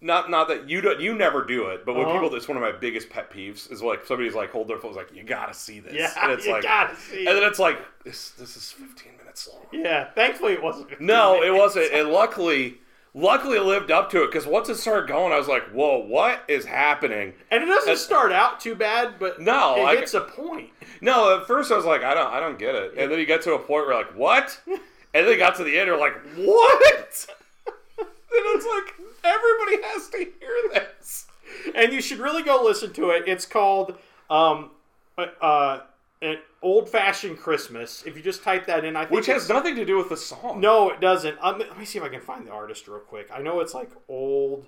A: not not that you don't you never do it, but when
B: Uh-huh.
A: people, it's one of my biggest pet peeves is like somebody's like hold their phone's like you gotta see this,
B: Yeah.
A: and it's
B: you
A: like,
B: gotta see.
A: and then it's like this this is 15 minutes long.
B: yeah. Thankfully, it wasn't.
A: No, it wasn't, and luckily. Luckily, it lived up to it because once it started going, I was like, "Whoa, what is happening?"
B: And it doesn't start out too bad, but
A: No,
B: it
A: I-
B: hits a point.
A: No, at first I was like, "I don't, I don't get it," and then you get to a point where you're like, "What?" and then you got to the end, you're like, "What?" and it's like everybody has to hear this.
B: and you should really go listen to it. It's called um, uh, uh, an old fashioned Christmas. If you just type that in, I think
A: Which
B: it's-
A: has nothing to do with the song.
B: no, it doesn't. Um, let me see if I can find the artist real quick. I know it's like old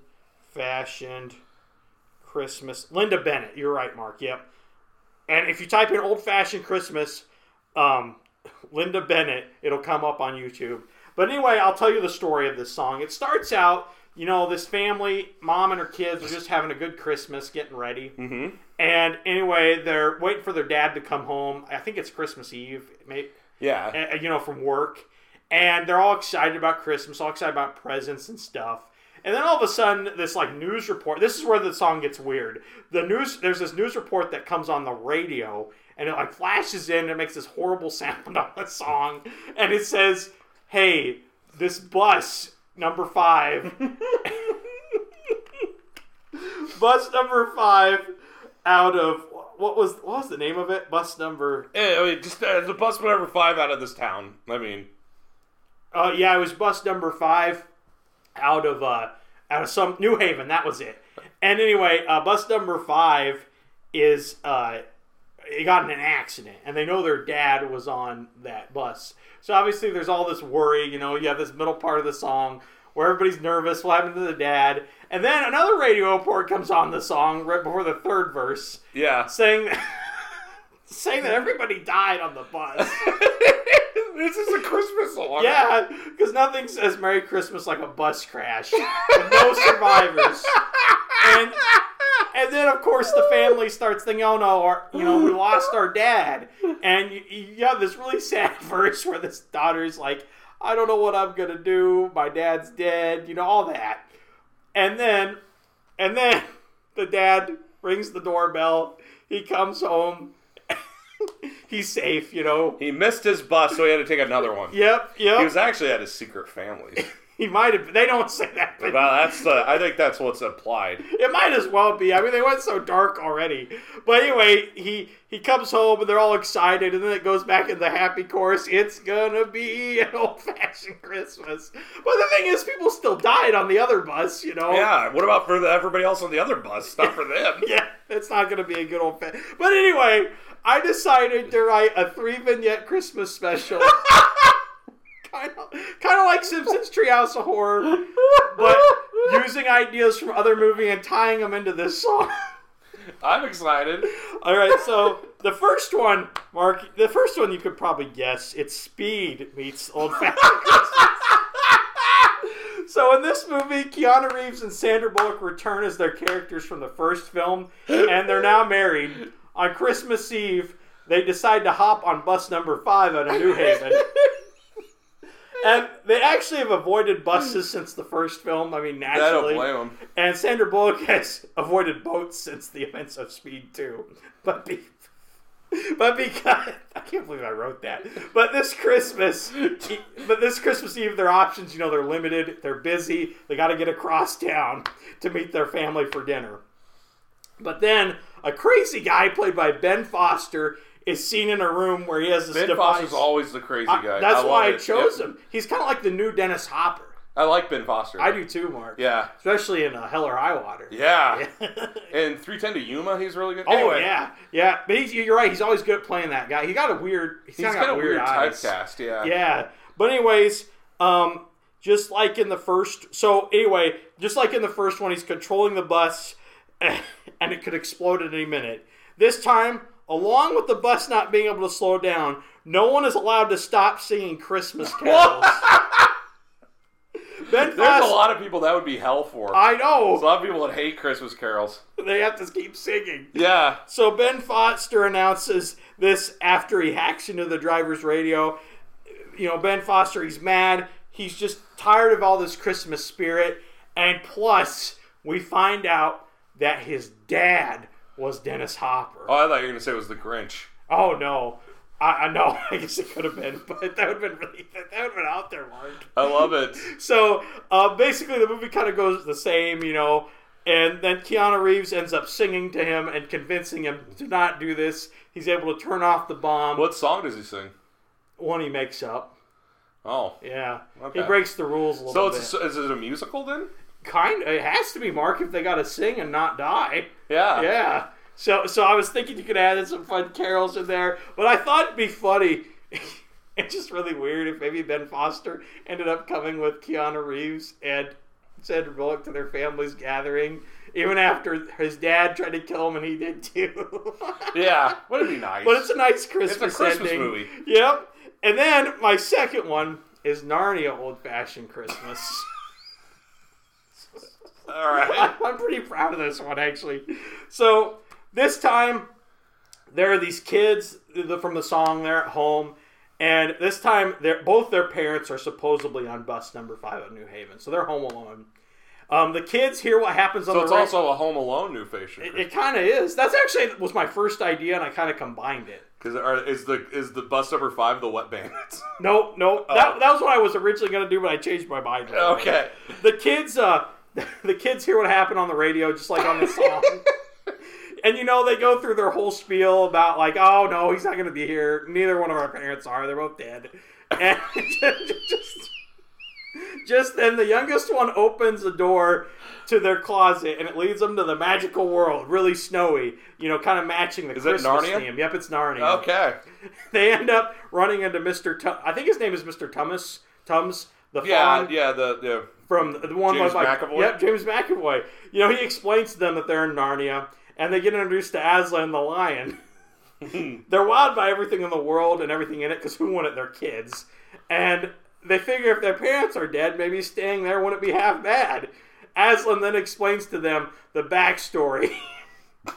B: fashioned Christmas. Linda Bennett. You're right, Mark. Yep. And if you type in old fashioned Christmas, um, Linda Bennett, it'll come up on YouTube. But anyway, I'll tell you the story of this song. It starts out you know, this family, mom and her kids, are just having a good Christmas, getting ready.
A: Mm-hmm.
B: And anyway, they're waiting for their dad to come home. I think it's Christmas Eve, may-
A: Yeah.
B: uh, you know, from work. And they're all excited about Christmas, all excited about presents and stuff. And then all of a sudden, this like news report. This is where the song gets weird. The news, there's this news report that comes on the radio, and it like flashes in and it makes this horrible sound on the song, and it says, "Hey, this bus number five bus number five out of what was what was the name of it? Bus number.
A: Eh, I mean, just uh, the bus whatever five out of this town. I mean,
B: Uh, yeah, it was bus number five out of uh out of some New Haven. That was it. And anyway, uh, bus number five is uh. It got in an accident, and they know their dad was on that bus. So obviously, there's all this worry. You know, you have this middle part of the song where everybody's nervous. What happened to the dad? And then another radio report comes on the song right before the third verse,
A: yeah.
B: saying saying that everybody died on the bus.
A: this is a Christmas song.
B: yeah, because nothing says Merry Christmas like a bus crash with no survivors. And and then of course the family starts thinking, oh no, our, you know we lost our dad. And you, you have this really sad verse where this daughter's like, I don't know what I'm gonna do. My dad's dead. You know all that. And then and then the dad rings the doorbell. He comes home. He's safe, you know.
A: He missed his bus, so he had to take another one.
B: Yep, yep.
A: He was actually at his secret family.
B: He might have. They don't say that, but
A: well, that's the. I think that's what's implied.
B: it might as well be. I mean, they went so dark already. But anyway, he he comes home and they're all excited, and then it goes back in the happy chorus. It's gonna be an old fashioned Christmas. But the thing is, people still died on the other bus. You know.
A: Yeah. What about for the, everybody else on the other bus? Not for them.
B: Oh. Yeah, it's not going to be a good old fashioned. But anyway, I decided to write a three vignette Christmas special. kind of kind of like Simpsons Treehouse of Horror, but using ideas from other movie and tying them into this song.
A: I'm excited.
B: All right, so the first one, Mark, the first one you could probably guess. It's Speed meets Old Fashioned Christmas. So in this movie, Keanu Reeves and Sandra Bullock return as their characters from the first film, and they're now married. On Christmas Eve, they decide to hop on bus number five out of New Haven. And they actually have avoided buses since the first film. I mean,
A: I don't
B: naturally.
A: blame him.
B: And Sandra Bullock has avoided boats since the events of Speed 2. But be, but because I can't believe I wrote that. But this Christmas, e, but this Christmas Eve, their options, you know, they're limited. They're busy. They got to get across town to meet their family for dinner. But then a crazy guy played by Ben Foster is seen in a room where he has this
A: Ben
B: device.
A: Foster's always the crazy guy.
B: That's
A: love
B: why I
A: it.
B: chose
A: Yep.
B: him. He's kind of like the new Dennis Hopper.
A: I like Ben Foster.
B: I do too, Mark.
A: Yeah.
B: Especially in uh, Hell or High Water.
A: Yeah. And 310 to Yuma, he's really good.
B: Oh
A: anyway,
B: yeah, yeah. But he's, you're right. He's always good at playing that guy. He got a weird. He's,
A: He's
B: kinda
A: got a weird
B: eyes.
A: typecast, yeah.
B: Yeah. But anyways, um, just like in the first. So anyway, just like in the first one, he's controlling the bus, and it could explode at any minute. This time, along with the bus not being able to slow down, no one is allowed to stop singing Christmas carols. ben
A: There's a
B: Foster-
A: lot of people that would be hell for.
B: I
A: There's a
B: know
A: lot of people that hate Christmas carols.
B: they have to keep singing.
A: Yeah.
B: So Ben Foster announces this after he hacks into the driver's radio. You know, Ben Foster, he's mad. He's just tired of all this Christmas spirit. And plus, we find out that his dad was Dennis Hopper.
A: Oh, I thought you were gonna say it was the Grinch.
B: Oh, no. I, I know. I guess it could have been, but that would have been really, that would have been out there, Mark.
A: I love it.
B: So uh, basically, the movie kind of goes the same, you know. And then Keanu Reeves ends up singing to him and convincing him to not do this. He's able to turn off the bomb.
A: what song does he sing?
B: One he makes up.
A: Oh,
B: Yeah,
A: Okay.
B: he breaks the rules a little
A: so
B: bit.
A: it's so is it a musical then?
B: kind. It has to be Mark if they got to sing and not die.
A: Yeah.
B: Yeah. So so I was thinking you could add in some fun carols in there, but I thought it'd be funny. it's just really weird if maybe Ben Foster ended up coming with Keanu Reeves and Sandra Bullock to their family's gathering, even after his dad tried to kill him and he did too.
A: Yeah. Would it be nice?
B: but it's a nice Christmas,
A: Christmas
B: ending.
A: movie.
B: Yep. And then my second one is Narnia Old Fashioned Christmas.
A: All right.
B: I'm pretty proud of this one actually. So this time there are these kids th- from the song they're at home and this time they're, both their parents are supposedly on bus number five at new haven so they're home alone um, the kids hear what happens on
A: So
B: the
A: it's
B: ra-
A: also a Home Alone new facial.
B: it, it kind of is that's actually was my first idea and i kind of combined it
A: Because is the is the bus number five the Wet Bandits?
B: no no
A: Oh.
B: that, that was what i was originally going to do but i changed my mind
A: okay.
B: the kids uh the kids hear what happened on the radio just like on the song and you know they go through their whole spiel about like oh no he's not going to be here neither one of our parents are they're both dead and just just then the youngest one opens the door to their closet and it leads them to the magical world really snowy you know kind of matching the
A: Is it
B: christmas
A: Narnia?
B: theme yep it's narnia
A: Okay.
B: they end up running into mr Tum- i think his name is mr Tummus tums the
A: Yeah.
B: fawn
A: Yeah. The yeah.
B: from the one
A: James
B: by
A: McAvoy?
B: Yep, James McAvoy. You know, he explains to them that they're in Narnia, and they get introduced to Aslan the lion.
A: Hmm.
B: they're wild by everything in the world and everything in it because who wanted their kids? And they figure if their parents are dead, maybe staying there wouldn't be half bad. Aslan then explains to them the backstory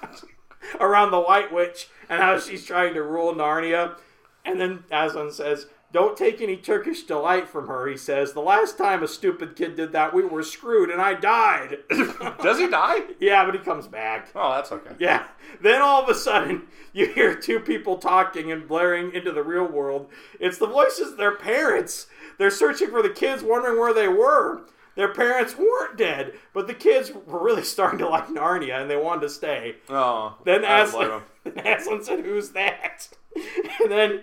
B: around the White Witch and how she's trying to rule Narnia. And then Aslan says, Don't take any Turkish delight from her, he says. The last time a stupid kid did that, we were screwed and I died.
A: Does he die?
B: yeah, but he comes back.
A: Oh, that's okay.
B: Yeah. Then all of a sudden, you hear two people talking and blaring into the real world. It's the voices of their parents. They're searching for the kids, wondering where they were. Their parents weren't dead, but the kids were really starting to like Narnia and they wanted to stay.
A: Oh.
B: Then
A: I don't blame
B: Aslan,
A: him.
B: then Aslan said, "Who's that?" And then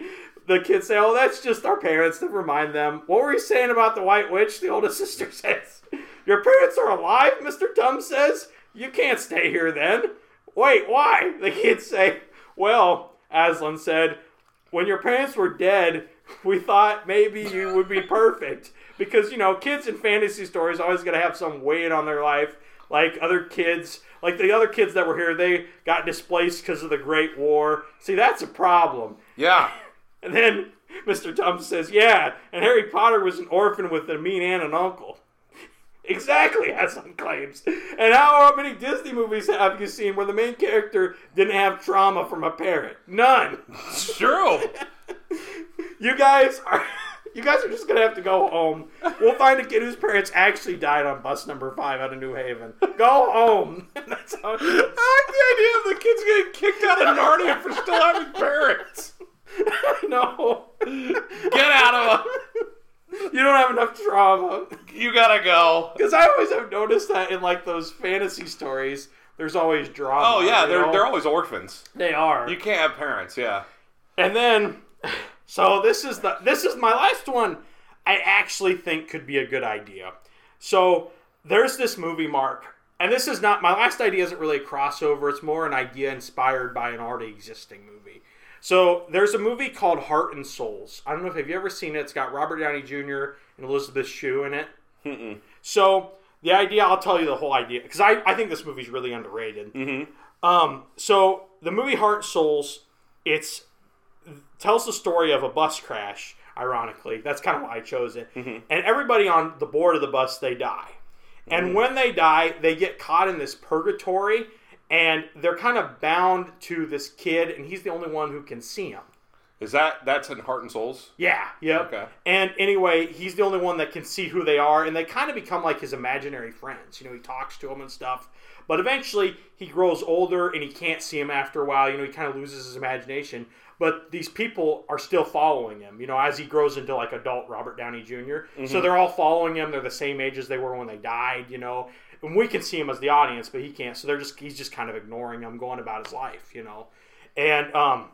B: the kids say, "Oh, that's just our parents to remind them." What were you saying about the White Witch? The oldest sister says, "Your parents are alive," Mister Tum says. "You can't stay here then." Wait, why? The kids say, "Well," Aslan said, "When your parents were dead, we thought maybe you would be perfect because you know kids in fantasy stories always got to have some weight on their life." like other kids like the other kids that were here they got displaced because of the great war see that's a problem
A: Yeah.
B: and then mr tom says yeah and harry potter was an orphan with a mean aunt and uncle exactly aslan claims and how many disney movies have you seen where the main character didn't have trauma from a parent none
A: It's true.
B: you guys are you guys are just gonna have to go home. We'll find a kid whose parents actually died on bus number five out of New Haven. Go home. That's how it
A: I
B: is.
A: like the idea of the kids getting kicked out of Narnia for still having parents.
B: No.
A: Get out of
B: You don't have enough trauma.
A: them. You gotta go.
B: Because I always have noticed that in like those fantasy stories, there's always drama.
A: Oh yeah,
B: you
A: they're
B: know?
A: they're always orphans.
B: they are.
A: You can't have parents. Yeah.
B: And then, so this is the this is my last one. I actually think could be a good idea. So there's this movie, Mark, and this is not my last idea. Isn't really a crossover. It's more an idea inspired by an already existing movie. So there's a movie called Heart and Souls. I don't know if have you ever seen it. It's got Robert Downey Jr. and Elizabeth Shue in it. So the idea, I'll tell you the whole idea because I, I think this movie's really underrated. Um, so the movie Heart and Souls, it's tells the story of a bus crash. Ironically, that's kind of why I chose it. And everybody on the board of the bus they die, and when they die, they get caught in this purgatory, and they're kind of bound to this kid, and he's the only one who can see him.
A: Is that that's in Heart and Souls?
B: Yeah. Yep.
A: Okay.
B: And anyway, he's the only one that can see who they are, and they kind of become like his imaginary friends. You know, he talks to them and stuff. But eventually, he grows older and he can't see him after a while. You know, he kind of loses his imagination. But these people are still following him, you know, as he grows into like adult Robert Downey junior So they're all following him. They're the same age as they were when they died, you know. And we can see him as the audience, but he can't. So they're just, he's just kind of ignoring him, going about his life, you know. And, um,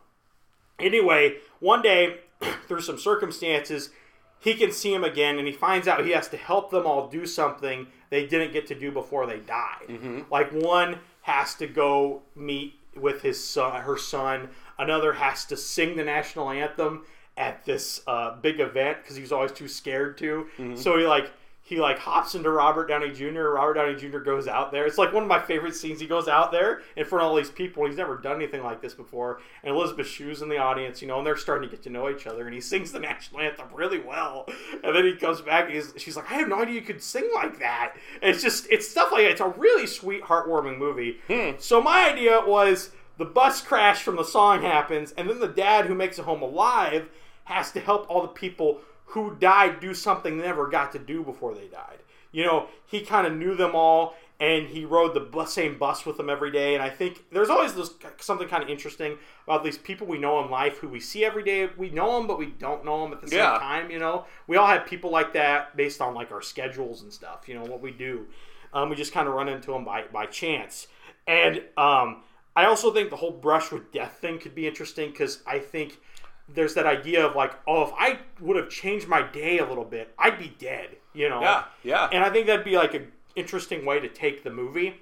B: anyway, one day, through some circumstances, he can see him again and he finds out he has to help them all do something they didn't get to do before they died. Like one has to go meet with his son, her son, another has to sing the national anthem at this uh, big event because he was always too scared to. So he like he like hops into Robert Downey Jr. Robert Downey Jr. goes out there. It's like one of my favorite scenes. He goes out there in front of all these people. He's never done anything like this before. And Elizabeth Shue's in the audience, you know, and they're starting to get to know each other. And he sings the national anthem really well. And then he comes back and he's, she's like, "I had no idea you could sing like that." And it's just it's stuff like that. It's a really sweet, heartwarming movie. So my idea was the bus crash from the song happens, and then the dad who makes it home alive has to help all the people who died do something they never got to do before they died. You know, he kind of knew them all, and he rode the bus, same bus with them every day. And I think there's always this something kind of interesting about these people we know in life who we see every day. We know them, but we don't know them at the same
A: Yeah.
B: time. You know, we all have people like that based on like our schedules and stuff. You know what we do. Um, we just kind of run into them by by chance. And um, I also think the whole brush with death thing could be interesting because I think there's that idea of like, oh, if I would have changed my day a little bit, I'd be dead, you know?
A: Yeah, yeah.
B: And I think that'd be like an interesting way to take the movie.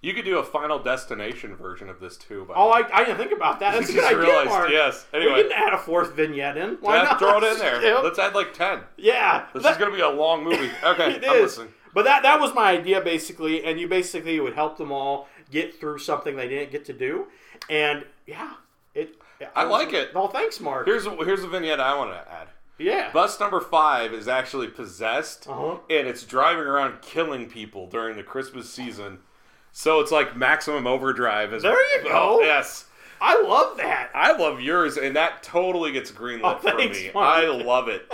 A: You could do a Final Destination version of this too. By the
B: Oh,
A: way.
B: I, I didn't think about that. That's a
A: You
B: good
A: just
B: idea,
A: realized,
B: Mark.
A: yes.
B: we
A: Anyway.
B: can add a fourth vignette in. Why
A: Yeah,
B: not?
A: throw it in there.
B: Yep.
A: Let's add like ten.
B: yeah,
A: This
B: That-
A: is gonna be a long movie. Okay,
B: It
A: I'm
B: is.
A: listening.
B: But that that was my idea basically, and you basically would help them all get through something they didn't get to do, and yeah, it.
A: I like it.
B: Well, thanks, Mark.
A: Here's here's a vignette I want to add.
B: yeah.
A: Bus number five is actually possessed,
B: Uh-huh.
A: and it's driving around killing people during the Christmas season. So it's like maximum overdrive. Is
B: There you go.
A: yes,
B: I love that.
A: I love yours, and that totally gets greenlit
B: Oh,
A: for
B: thanks,
A: me.
B: Mark.
A: I love it.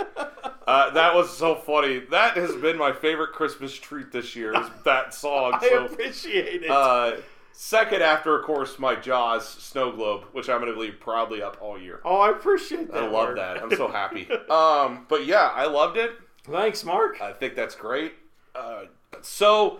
A: Uh, that was so funny. That has been my favorite Christmas treat this year. Is that song?
B: I
A: so
B: appreciate it.
A: Uh, second after, of course, my Jaws snow globe, which I'm going to leave probably up all year.
B: oh, I appreciate that.
A: I love
B: Mark.
A: that. I'm so happy. um, but yeah, I loved it.
B: Thanks, Mark.
A: I think that's great. Uh, so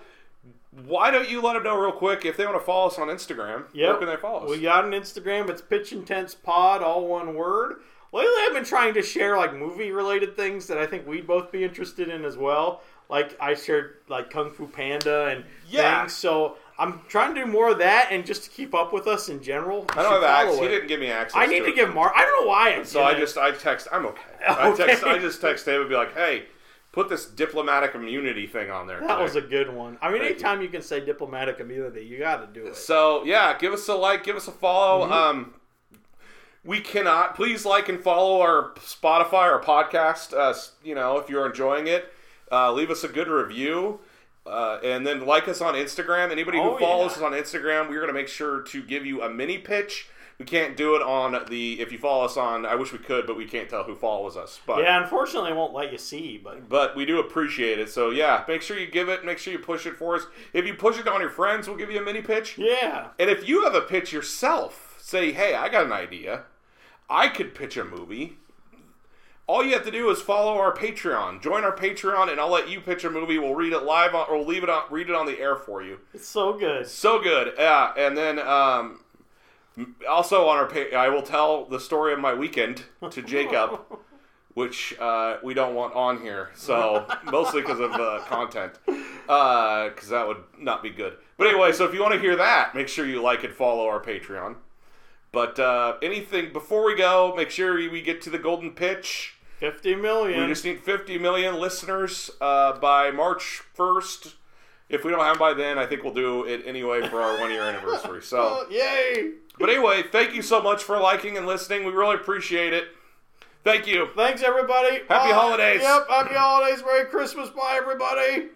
A: why don't you let them know real quick if they want to follow us on Instagram? Where
B: Yep.
A: can they follow us?
B: We got an Instagram. It's Pitch Intense Pod, all one word. Lately, I've been trying to share like movie related things that I think we'd both be interested in as well. Like I shared like Kung Fu Panda and
A: Yeah.
B: things. So I'm trying to do more of that and just to keep up with us in general.
A: I don't have access.
B: follow
A: He
B: it.
A: didn't give me access.
B: I need to
A: it.
B: give Mark. I don't know why. I
A: So I
B: didn't.
A: just I text. I'm okay. I
B: Okay.
A: text. I just text him and be like, hey, put this diplomatic immunity thing on there.
B: that was
A: today.
B: a good one. I mean,
A: Thank you.
B: anytime you. can say diplomatic immunity, you got to do it.
A: So yeah, give us a like, give us a follow.
B: Mm-hmm.
A: Um, we cannot please like and follow our Spotify our podcast. Uh, s- you know, if you're enjoying it, uh, leave us a good review. Uh, and then like us on Instagram. Anybody who
B: Oh,
A: follows
B: yeah.
A: us on Instagram, we're gonna make sure to give you a mini pitch. We can't do it on the if you follow us on. I wish we could, but we can't tell who follows us. But
B: Yeah, unfortunately, I won't let you see, but
A: but we do appreciate it. So yeah, make sure you give it. Make sure you push it for us. If you push it on your friends, we'll give you a mini pitch.
B: yeah.
A: And if you have a pitch yourself, say, hey, I got an idea. I could pitch a movie. All you have to do is follow our Patreon. Join our Patreon, and I'll let you pitch a movie. We'll read it live, on, or we'll leave it on, read it on the air for you.
B: It's so good.
A: So good, yeah. And then um, also on our, pa- I will tell the story of my weekend to Jacob, which uh, we don't want on here. So mostly because of uh, content, because that would not be good. But anyway, so if you want to hear that, make sure you like and follow our Patreon. But uh, anything before we go, make sure we get to the golden pitch.
B: 50 million.
A: We just need 50 million listeners uh, by March 1st. If we don't have them by then, I think we'll do it anyway for our one year anniversary. So,
B: Oh, yay!
A: but anyway, thank you so much for liking and listening. We really appreciate it. Thank you.
B: Thanks, everybody.
A: Happy holidays.
B: Yep, happy holidays. Merry Christmas. Bye, everybody.